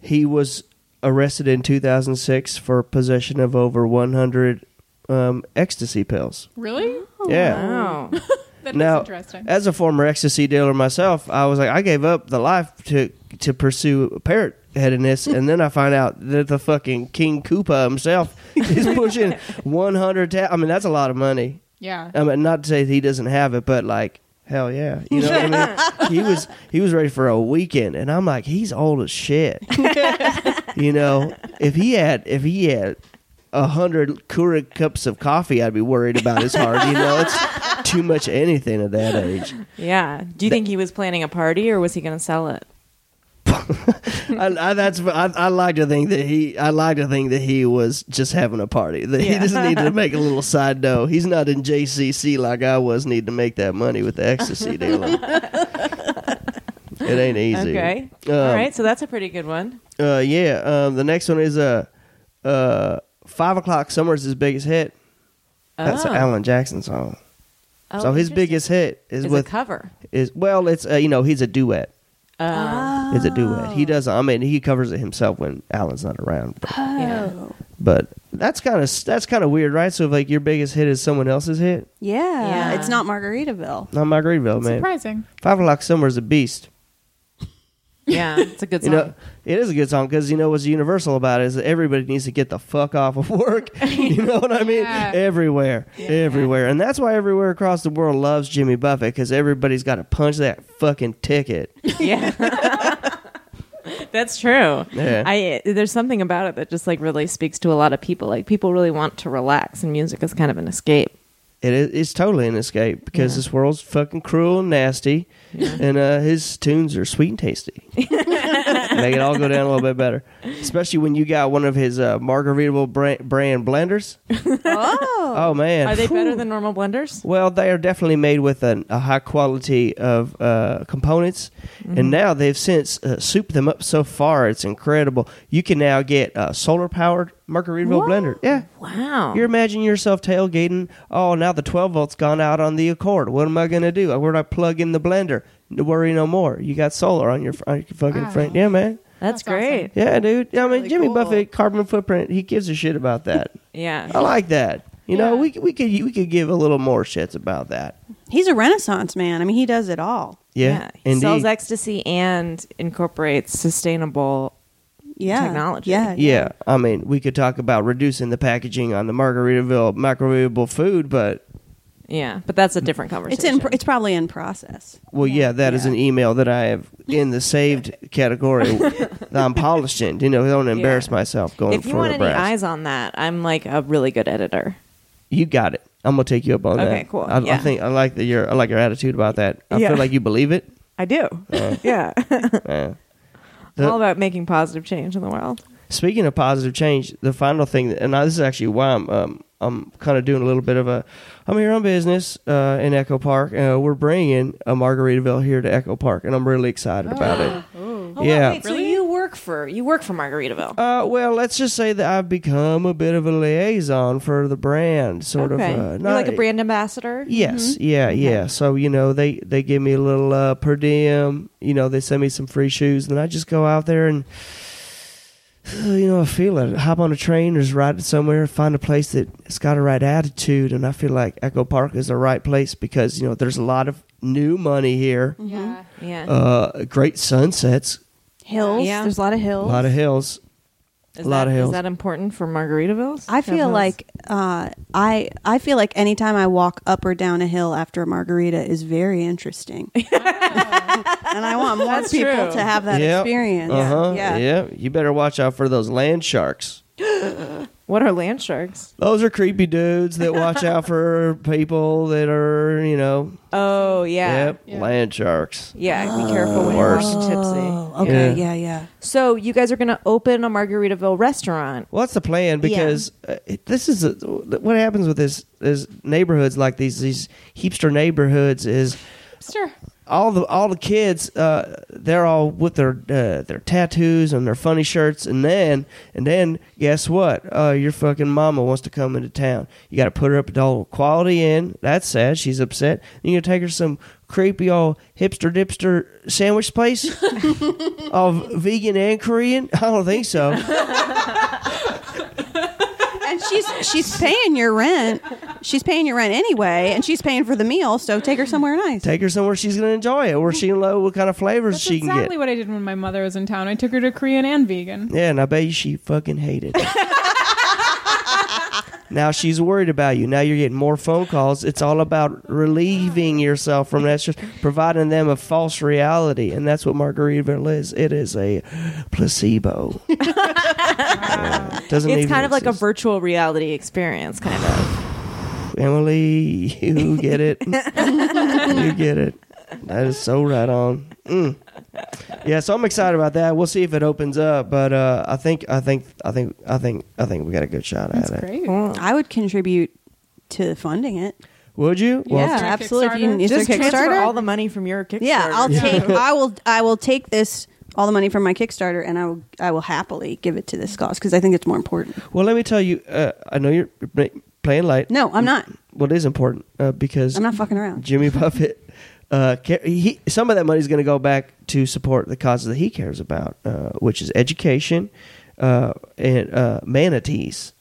S7: he was arrested in 2006 for possession of over 100 um, ecstasy pills.
S2: Really?
S7: yeah.
S3: Oh,
S2: That's
S7: now,
S2: interesting.
S7: as a former ecstasy dealer myself, I was like, I gave up the life to to pursue parrot headedness, and then I find out that the fucking King Koopa himself <laughs> is pushing one hundred. Ta- I mean, that's a lot of money.
S2: yeah.
S7: I mean, not to say that he doesn't have it, but like, hell yeah, you know what I mean. He was he was ready for a weekend, and I'm like, he's old as shit. you know, if he had if he had a hundred Keurig cups of coffee, I'd be worried about his heart. You know, it's too much anything at that age.
S3: yeah. Do you think he was planning a party or was he going to sell it?
S7: I, I, that's I, I like to think that he I like to think that he was just having a party. That he
S3: Yeah.
S7: just needed to make a
S3: <laughs>
S7: little side dough. He's not in JCC like I was. Need to make that money with the ecstasy
S3: <laughs>
S7: dealing. it ain't easy.
S3: Okay.
S7: Um,
S3: All right. So that's a pretty good one.
S7: Uh, yeah. Um, the next one is uh, uh, five o'clock. Summer's his biggest hit. That's
S3: Oh.
S7: an Alan Jackson song.
S3: Oh,
S7: so his
S3: interesting.
S7: biggest hit is,
S3: is a
S7: with Oh.
S3: cover.
S7: is well, it's uh, you know he's a duet.
S3: Uh,
S7: It's a duet. He does. I mean, he covers it himself when Alan's not around. But,
S3: yeah.
S7: but that's kind of that's kind of weird, right? So if like your biggest hit is someone else's hit,
S6: Yeah.
S3: Yeah.
S6: It's not Margaritaville.
S7: not Margaritaville, man.
S2: Surprising.
S7: Five o'clock summer is a beast.
S3: yeah, it's a good
S7: You
S3: song.
S7: <laughs> know, it is a good song because you know what's universal about it is that everybody needs to get the fuck off of <laughs> work. you know what I mean?
S2: Yeah.
S7: Everywhere, everywhere, and that's why everywhere across the world loves Jimmy Buffett because everybody's got to punch that fucking ticket.
S3: Yeah. <laughs> That's true.
S7: Yeah.
S3: I there's something about it that just like really speaks to a lot of people. Like people really want to relax, and music is kind of an escape.
S7: It is it's totally an escape because this world's fucking cruel and nasty, and uh, his tunes are sweet
S3: <laughs>
S7: and tasty. Make it all go down a little bit better, especially when you got one of his uh, Margaritaville brand, brand blenders.
S6: Oh.
S7: Oh man,
S3: Are they
S7: Whew.
S3: better than normal blenders?
S7: Well, they are definitely made with an, a high quality of uh, components,
S3: Mm-hmm.
S7: and now they've since uh, souped them up so far it's incredible. You can now get a solar powered Margaritaville blender. Yeah,
S3: Wow.
S7: you imagine yourself tailgating. Oh, now the 12 volt's gone out on the Accord. What am I gonna do? Where do I plug in the blender? No worry no more. You got solar on your, fr- on your fucking front. Yeah, man.
S2: That's
S3: That's, great.
S7: Yeah, dude. I mean,
S6: Really
S7: Jimmy
S6: cool.
S7: Buffett, carbon footprint. He gives a shit about that.
S3: Yeah.
S7: I like that. You know,
S2: Yeah.
S7: we c- we could we could give a little more shits about that.
S6: He's a renaissance man. I mean, he does it all.
S7: Yeah,
S3: He
S7: indeed.
S3: sells ecstasy and incorporates sustainable.
S6: Yeah.
S3: Technology.
S6: Yeah.
S7: yeah, I mean, we could talk about reducing the packaging on the Margaritaville microwavable food, but
S3: Yeah, but that's a different
S6: It's
S3: conversation.
S6: in. It's probably in process.
S7: Well, yeah, that is an email that I have in the
S3: <laughs>
S7: saved category that I'm polished in. You know, I don't embarrass
S3: Yeah.
S7: myself going
S3: if you
S7: for
S3: want
S7: the
S3: any
S7: brass.
S3: eyes on that, I'm like a really good editor.
S7: you got it. I'm gonna take you up on that.
S3: Okay, cool.
S7: I, I
S3: Yeah.
S7: think I like the, your I like your attitude about that. I
S3: Yeah.
S7: feel like you
S3: <laughs>
S7: believe it.
S3: I do. yeah, <laughs>
S7: Yeah. <laughs> The-
S3: all about making positive change in the world.
S7: Speaking of positive change, the final thing, and I, this is actually why I'm um, I'm kind of doing a little bit of a I'm here on business uh, in Echo Park. Uh, we're bringing a Margaritaville here to Echo Park, and I'm really excited about it. yeah.
S3: so you work for you work for Margaritaville.
S7: Uh, well, let's just say that I've become a bit of a liaison for the brand, sort
S3: okay,
S7: of. Uh,
S3: you're like a brand Mm-hmm. ambassador.
S7: Yes, yeah, yeah. So you know, they they give me a little uh, per diem. You know, they send me some free shoes, and I just go out there and <sighs> you know, I feel it. Hop on a train, or just ride it somewhere, find a place that's got a right attitude, and I feel like Echo Park is the right place because you know there's a lot of new money here.
S2: Yeah.
S3: Yeah,
S7: Uh, great sunsets,
S6: Hills.
S3: Yeah.
S6: There's a lot of
S7: a
S6: hills.
S7: lot of hills.
S3: is
S7: a lot
S3: that,
S7: of hills.
S3: Is that important for Margaritaville?
S6: I feel like uh, I I feel like anytime I walk up or down a hill after a margarita is
S3: <laughs>
S6: very interesting, and I want more
S3: That's
S6: people
S3: true.
S6: to have that
S7: Yep.
S6: experience.
S7: Uh-huh.
S6: Yeah.
S7: yeah. You better watch out for those land sharks.
S3: what are land sharks?
S7: Those are creepy dudes that watch out for people that are, you know,
S3: Oh yeah,
S7: yep, land sharks.
S3: yeah. Be careful when you're
S7: Worse.
S3: watching Tipsy.
S6: Oh, okay. Yeah. yeah.
S3: So you guys are going to open a Margaritaville restaurant.
S7: Well, that's the plan because uh, it, this is a, what happens with this is neighborhoods like these these hipster neighborhoods is
S2: Sure.
S7: all the all the kids uh, they're all with their uh, their tattoos and their funny shirts and then and then guess what uh, your fucking mama wants to come into town you got to put her up at old quality inn that's sad she's upset you gonna take her to some creepy old hipster dipster sandwich place of vegan and Korean I don't think so
S6: And she's she's paying your rent. She's paying your rent anyway, and she's paying for the meal. So take her somewhere nice.
S7: take her somewhere she's gonna enjoy it where she will know what kind of flavors
S2: That's
S7: she
S2: exactly
S7: can
S2: what I did when my mother was in town. I took her to Korean and vegan.
S7: get <laughs> yeah and I bet you she fucking hated it. Now she's worried about you. Now you're getting more phone calls. It's all about relieving yourself from that stress, providing them a false reality, and that's what Margaritaville is. It is a
S3: <laughs>
S7: placebo. Uh, doesn't
S3: It's
S7: even
S3: kind of like a
S7: exist.
S3: virtual reality experience, kind of.
S7: Emily. You get it. you get it. That is so right on. Mm. Yeah, so I'm excited about that. We'll see if it opens up, but uh, I think I think I think I think I think we got a good shot
S2: That's
S7: at it.
S2: great.
S6: I would contribute to funding it.
S7: Would you?
S6: yeah,
S2: Through
S6: absolutely. If
S2: Kickstarter?
S6: you, is
S3: Just
S6: there
S3: transfer
S6: Kickstarter?
S3: all the money from your Kickstarter.
S6: yeah, I'll take. I will. I will take this. All the money from my Kickstarter, and I will. I will happily give it to this cause because I think it's more important.
S7: Well, let me tell you. Uh, I know you're pl- playing light.
S6: No, I'm not.
S7: What is important uh, because
S6: I'm not fucking around.
S7: Jimmy Buffett. Uh, ca- he, some of that money is going to go back to support the causes that he cares about, uh, which is education uh, and uh, manatees.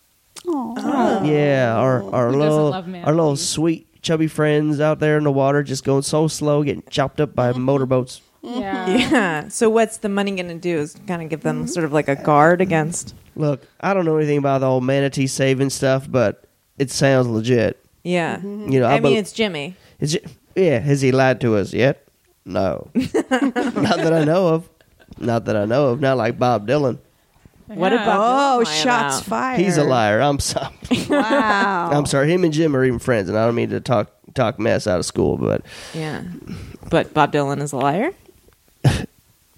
S7: Yeah, our our
S2: Who doesn't
S7: little
S2: love
S7: our little
S2: manatees?
S7: sweet chubby friends out there in the water, just going so slow, getting chopped up
S2: Mm-hmm.
S7: by motorboats.
S2: Yeah.
S3: Yeah. <coughs> So what's the money going to do? Is kind of give them sort of like a guard against.
S7: Look, I don't know anything about the old manatee saving stuff, but it sounds legit.
S3: Yeah.
S7: You know, I,
S3: I mean,
S7: bel-
S3: it's Jimmy.
S7: Is it, yeah, has he lied to us yet? No. Not that I know of. Not that I know of. Not like Bob Dylan.
S3: What
S2: Yeah.
S3: about
S6: Oh,
S3: Dylan lie
S6: shots
S3: about?
S6: fired.
S7: He's a liar. I'm sorry.
S6: Wow. <laughs>
S7: I'm sorry. Him and Jim are even friends, and I don't mean to talk talk mess out of school, but
S3: Yeah. But Bob Dylan is a liar.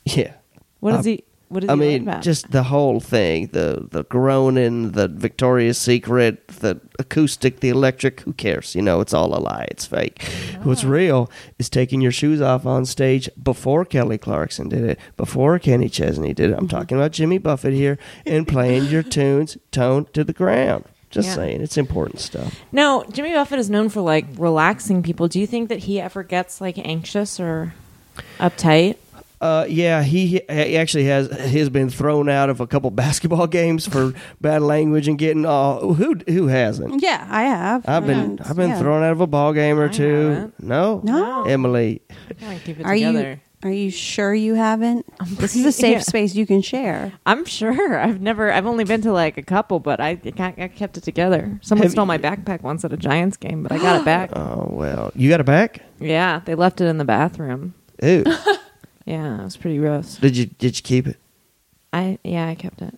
S7: yeah.
S3: What is
S7: Uh,
S3: he? What is
S7: I
S3: he lying
S7: mean,
S3: about?
S7: just the whole thing the the groaning, the Victoria's Secret, the acoustic, the electric. Who cares? You know, it's all a lie. It's fake. What's real is taking your shoes off on stage before Kelly Clarkson did it, before Kenny Chesney did it. I'm talking about Jimmy Buffett here and playing your tunes tone to the ground. Just
S3: Yeah.
S7: saying, it's important stuff.
S3: now Jimmy Buffett is known for like relaxing people. Do you think that he ever gets like anxious or uptight?
S7: Uh, yeah, he, he actually has he has been thrown out of a couple <laughs> basketball games for bad language and getting all who who hasn't.
S6: Yeah, I have.
S7: I've been I've been thrown out of a ball game or two.
S3: haven't.
S7: No,
S6: No.
S7: Emily,
S3: I keep it
S6: Are you-
S3: together.
S6: Are you sure you haven't? This
S3: <laughs>
S6: is a safe
S3: yeah.
S6: space you can share.
S3: I'm sure. <laughs> I've never. I've only been to like a couple, but I I ca- I kept it together. Someone
S7: Have
S3: stole my
S7: you-
S3: backpack once at a Giants game, but I got it
S7: <gasps>
S3: back.
S7: Oh well, you got it back.
S3: Yeah, they left it in the bathroom.
S7: Ew.
S3: Yeah, it was pretty gross.
S7: did you did you keep it?
S3: I yeah, I kept it.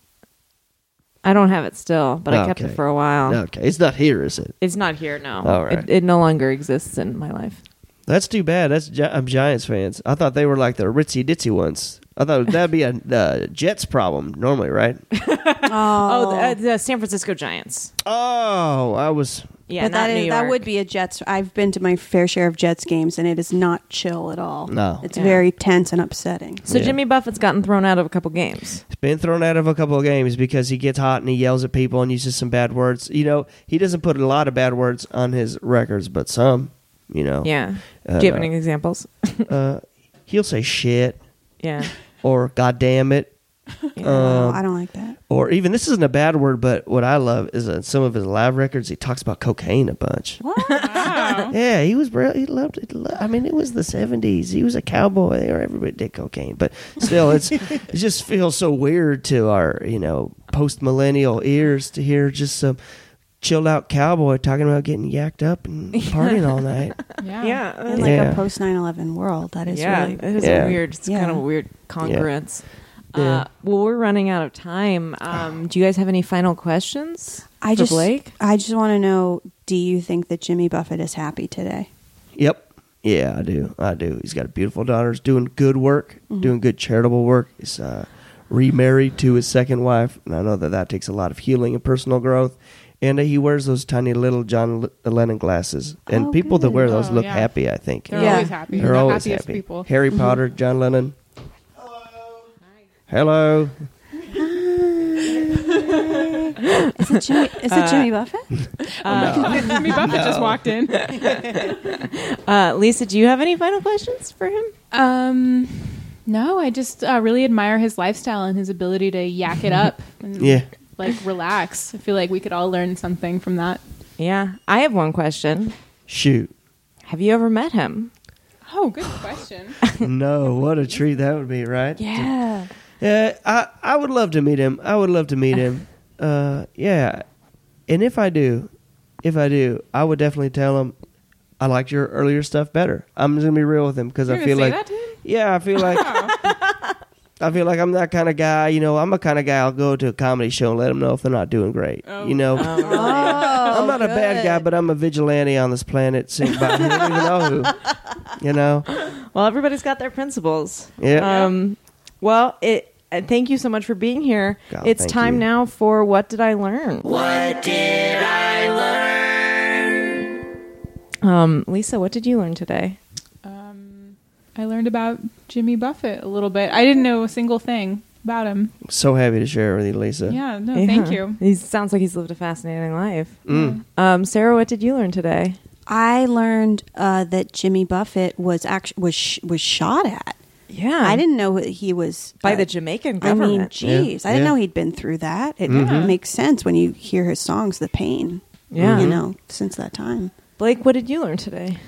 S3: I don't have it still, but I kept it
S7: Oh, Okay.
S3: for a while.
S7: Okay, it's not here, is it?
S3: It's not here now.
S7: All right.
S3: It, it no longer exists in my life.
S7: That's too bad. That's Gi- I'm Giants fans. I thought they were like the ritzy ditzy ones. I thought
S3: <laughs>
S7: that'd be a uh, Jets problem normally, right?
S3: Oh, the, uh, the San Francisco Giants.
S7: Oh, I was.
S3: Yeah,
S6: but
S3: not
S6: that,
S3: New
S6: is-
S3: York.
S6: that would be a Jets. I've been to my fair share of Jets games, and it is not chill at all.
S7: No.
S6: it's
S3: Yeah.
S6: very tense and upsetting.
S3: So
S7: Yeah.
S3: Jimmy Buffett's gotten thrown out of a couple games.
S7: He's been thrown out of a couple of games because he gets hot and he yells at people and uses some bad words. You know, he doesn't put a lot of bad words on his records, but some. You know.
S3: Yeah.
S7: Uh,
S3: Do you have any examples? <laughs>
S7: Uh, he'll say shit
S3: yeah.
S7: or God damn it Uh,
S6: Oh, I don't like that.
S7: or even this isn't a bad word, but what I love is that some of his live records he talks about cocaine a bunch.
S2: Wow.
S7: Yeah, he was real. He loved it. Lo- I mean, it was the seventies. He was a cowboy, or everybody did cocaine. But still, it's it just feels so weird to our you know post millennial ears to hear just some chilled out cowboy talking about getting yacked up and partying all night.
S2: yeah.
S3: Yeah.
S6: In like
S7: uh, Yeah.
S6: a post 9-11 world, that is
S3: yeah,
S6: really.
S3: it is
S7: Yeah.
S3: weird. It's
S6: Yeah.
S3: kind of a weird congruence.
S7: Yeah.
S3: Uh, well, we're running out of time. Um, do you guys have any final questions?
S6: I
S3: for
S6: just,
S3: Blake.
S6: I just want to know: Do you think that Jimmy Buffett is happy today?
S7: Yep. Yeah, I do. I do. He's got a beautiful daughter. He's doing good work,
S2: Mm-hmm.
S7: doing good charitable work. He's uh, remarried to his second wife, and I know that that takes a lot of healing and personal growth. And uh, he wears those tiny little John L- Lennon glasses, and
S6: Oh,
S7: people that
S6: good.
S7: wear those
S2: Oh,
S7: look
S2: yeah.
S7: happy. I think
S2: They're
S6: Yeah.
S2: always happy.
S7: they're
S2: the
S7: always
S2: happiest
S7: happy.
S2: people. <laughs> Mm-hmm.
S7: Harry Potter, John Lennon. Hello. Hello.
S6: Is it <laughs> Jimmy, is it Jimmy Buffett?
S2: Jimmy Buffett just walked in.
S3: Uh, Lisa, do you have any final questions for him?
S2: Um, no, I just uh, really admire his lifestyle and his ability to yak it
S7: <laughs>
S2: up and
S7: Yeah.
S2: like relax. I feel like we could all learn something from that.
S3: Yeah, I have one question.
S7: Shoot.
S3: Have you ever met him?
S2: Oh, good question.
S7: no, what a treat that would be, right?
S3: Yeah.
S7: Yeah, Uh, I, I would love to meet him. I would love to
S2: <laughs>
S7: meet him. Uh, yeah. And if I do, if I do, I would definitely tell him I liked your earlier stuff better. I'm just gonna be real with him because
S2: You're
S7: I
S2: gonna
S7: feel
S2: say
S7: like,
S2: that to him?
S7: yeah, I
S2: <laughs>
S7: feel like, I feel like I'm that kind of guy. You know, I'm a kind of guy. I'll go to a comedy show and let them know if they're not doing great.
S2: Oh,
S7: You know, <laughs> I'm not a bad guy, but I'm a vigilante on this planet. Sing by, I don't even know who.
S2: <laughs>
S7: You know,
S3: Well, everybody's got their principles.
S7: yeah.
S3: Um, well, it. uh, Thank you so much for being here.
S7: God,
S3: it's
S7: thank
S3: time
S7: you.
S3: now for what did I learn?
S1: What did I learn?
S3: Um, Lisa, what did you learn today?
S2: Um, I learned about Jimmy Buffett a little bit. I didn't know a single thing about him.
S7: so happy to share it with you, Lisa.
S2: Yeah, no,
S6: Oh,
S2: thank
S3: Yeah.
S7: <laughs>
S2: you.
S3: He sounds like he's lived a fascinating life.
S7: Mm.
S3: Um, Sarah, what did you learn today?
S6: I learned uh, that Jimmy Buffett was actually was sh- was shot at.
S3: Yeah,
S6: I didn't know he was
S3: by
S6: uh,
S3: the Jamaican
S6: I
S3: government.
S6: mean, geez, I
S7: Yeah. Mm-hmm.
S6: didn't know he'd been through that. It makes sense when you hear his songs, the pain.
S3: Yeah.
S6: you know, since that time.
S3: Blake, what did you learn today?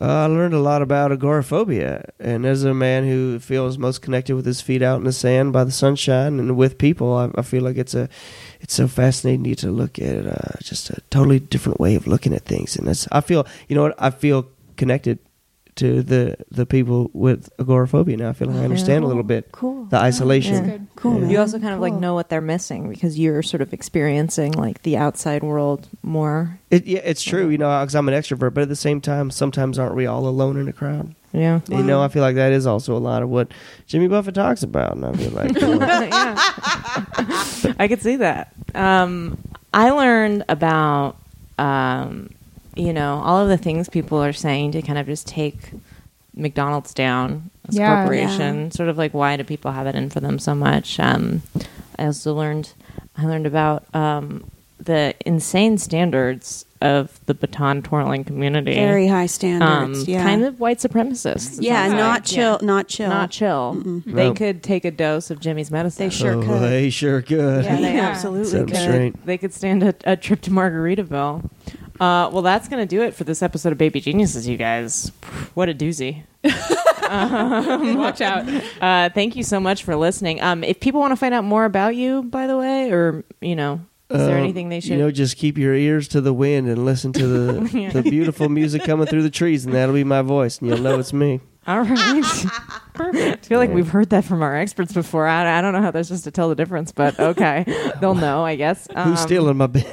S7: Uh, I learned a lot about agoraphobia, and as a man who feels most connected with his feet out in the sand by the sunshine and with people, I, I feel like it's a, it's so fascinating to look at uh, just a totally different way of looking at things, and it's, I feel, you know what, I feel connected to the the people with agoraphobia now. I feel like I understand a little bit
S6: Cool.
S7: the isolation.
S3: Yeah.
S2: Good.
S7: Oh,
S6: Cool.
S3: You also kind of like know what they're missing because you're sort of experiencing like the outside world more.
S7: It, yeah, it's true, you know, because I'm an extrovert, but at the same time, sometimes aren't we all alone in a crowd? <laughs>
S3: Yeah.
S7: You know, I feel like that is also a lot of what Jimmy Buffett talks about, and I
S6: <laughs>
S7: feel like. you know,
S3: <laughs> I could see that. Um, I learned about, um, you know, all of the things people are saying to kind of just take McDonald's down as
S2: Yeah.
S3: a corporation. Sort of like why do people have it in for them so much? Um, I also learned, I learned about um, the insane standards of the baton twirling community.
S6: Very high standards. yeah.
S3: Um, kind of white supremacists. it
S6: Yeah,
S3: sounds
S6: not
S3: like.
S6: chill.
S3: Yeah.
S6: Not chill.
S3: Not chill. They
S7: Nope.
S3: could take a dose of Jimmy's medicine.
S6: They sure
S7: oh,
S6: could.
S7: They sure could.
S6: yeah, they
S2: Yeah.
S6: absolutely
S7: Sounds
S6: could.
S7: great.
S3: They could stand a, a trip to Margaritaville. Uh, well, that's going to do it for this episode of Baby Geniuses, you guys. What a doozy.
S2: Watch <laughs> out.
S3: Uh, thank you so much for listening. Um, if people want to find out more about you, by the way, or you know, is there
S7: Um,
S3: anything they should?
S7: You know, just keep your ears to the wind and listen to the
S6: <laughs>
S7: the beautiful music coming through the trees, and that'll be my voice, and you'll know it's me.
S3: <laughs> All
S6: <laughs>
S3: right, perfect. I feel like we've heard that from our experts before. I, I don't know how they're supposed to tell the difference, but
S7: <laughs>
S3: okay, they'll know, I guess. Um,
S7: Who's stealing my bed?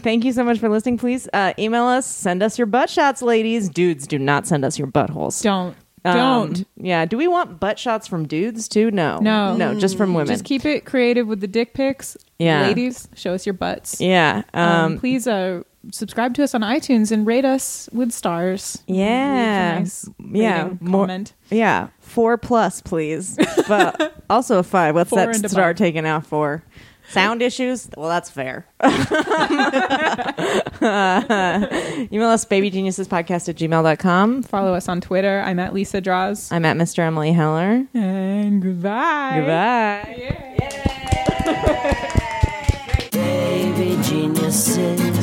S3: Thank you so much for listening. Please uh, email us, send us your butt shots, ladies. Dudes, do not send us your buttholes.
S2: Don't.
S3: Um,
S2: Don't.
S3: yeah. Do we want butt shots from dudes too? No.
S2: No. Mm,
S3: No. Just from women.
S2: Just keep it creative with the dick pics.
S3: Yeah.
S2: Ladies, show us your butts.
S3: yeah. Um.
S2: Um, please uh, subscribe to us on iTunes and rate us with stars.
S3: yeah.
S2: Nice
S3: yeah.
S2: rating,
S3: More.
S2: comment.
S3: Yeah. Four plus,
S2: <laughs>
S3: please. But also a five. What's
S2: Four and
S3: that
S2: above.
S3: star taking out for? Sound issues? Well,
S2: <laughs>
S3: that's fair. <laughs> email us babygeniusespodcast at gmail.com.
S2: Follow us on Twitter. I'm at Lisa Draws.
S3: I'm at Mr. Emily Heller.
S2: And goodbye.
S3: Goodbye.
S1: Baby geniuses.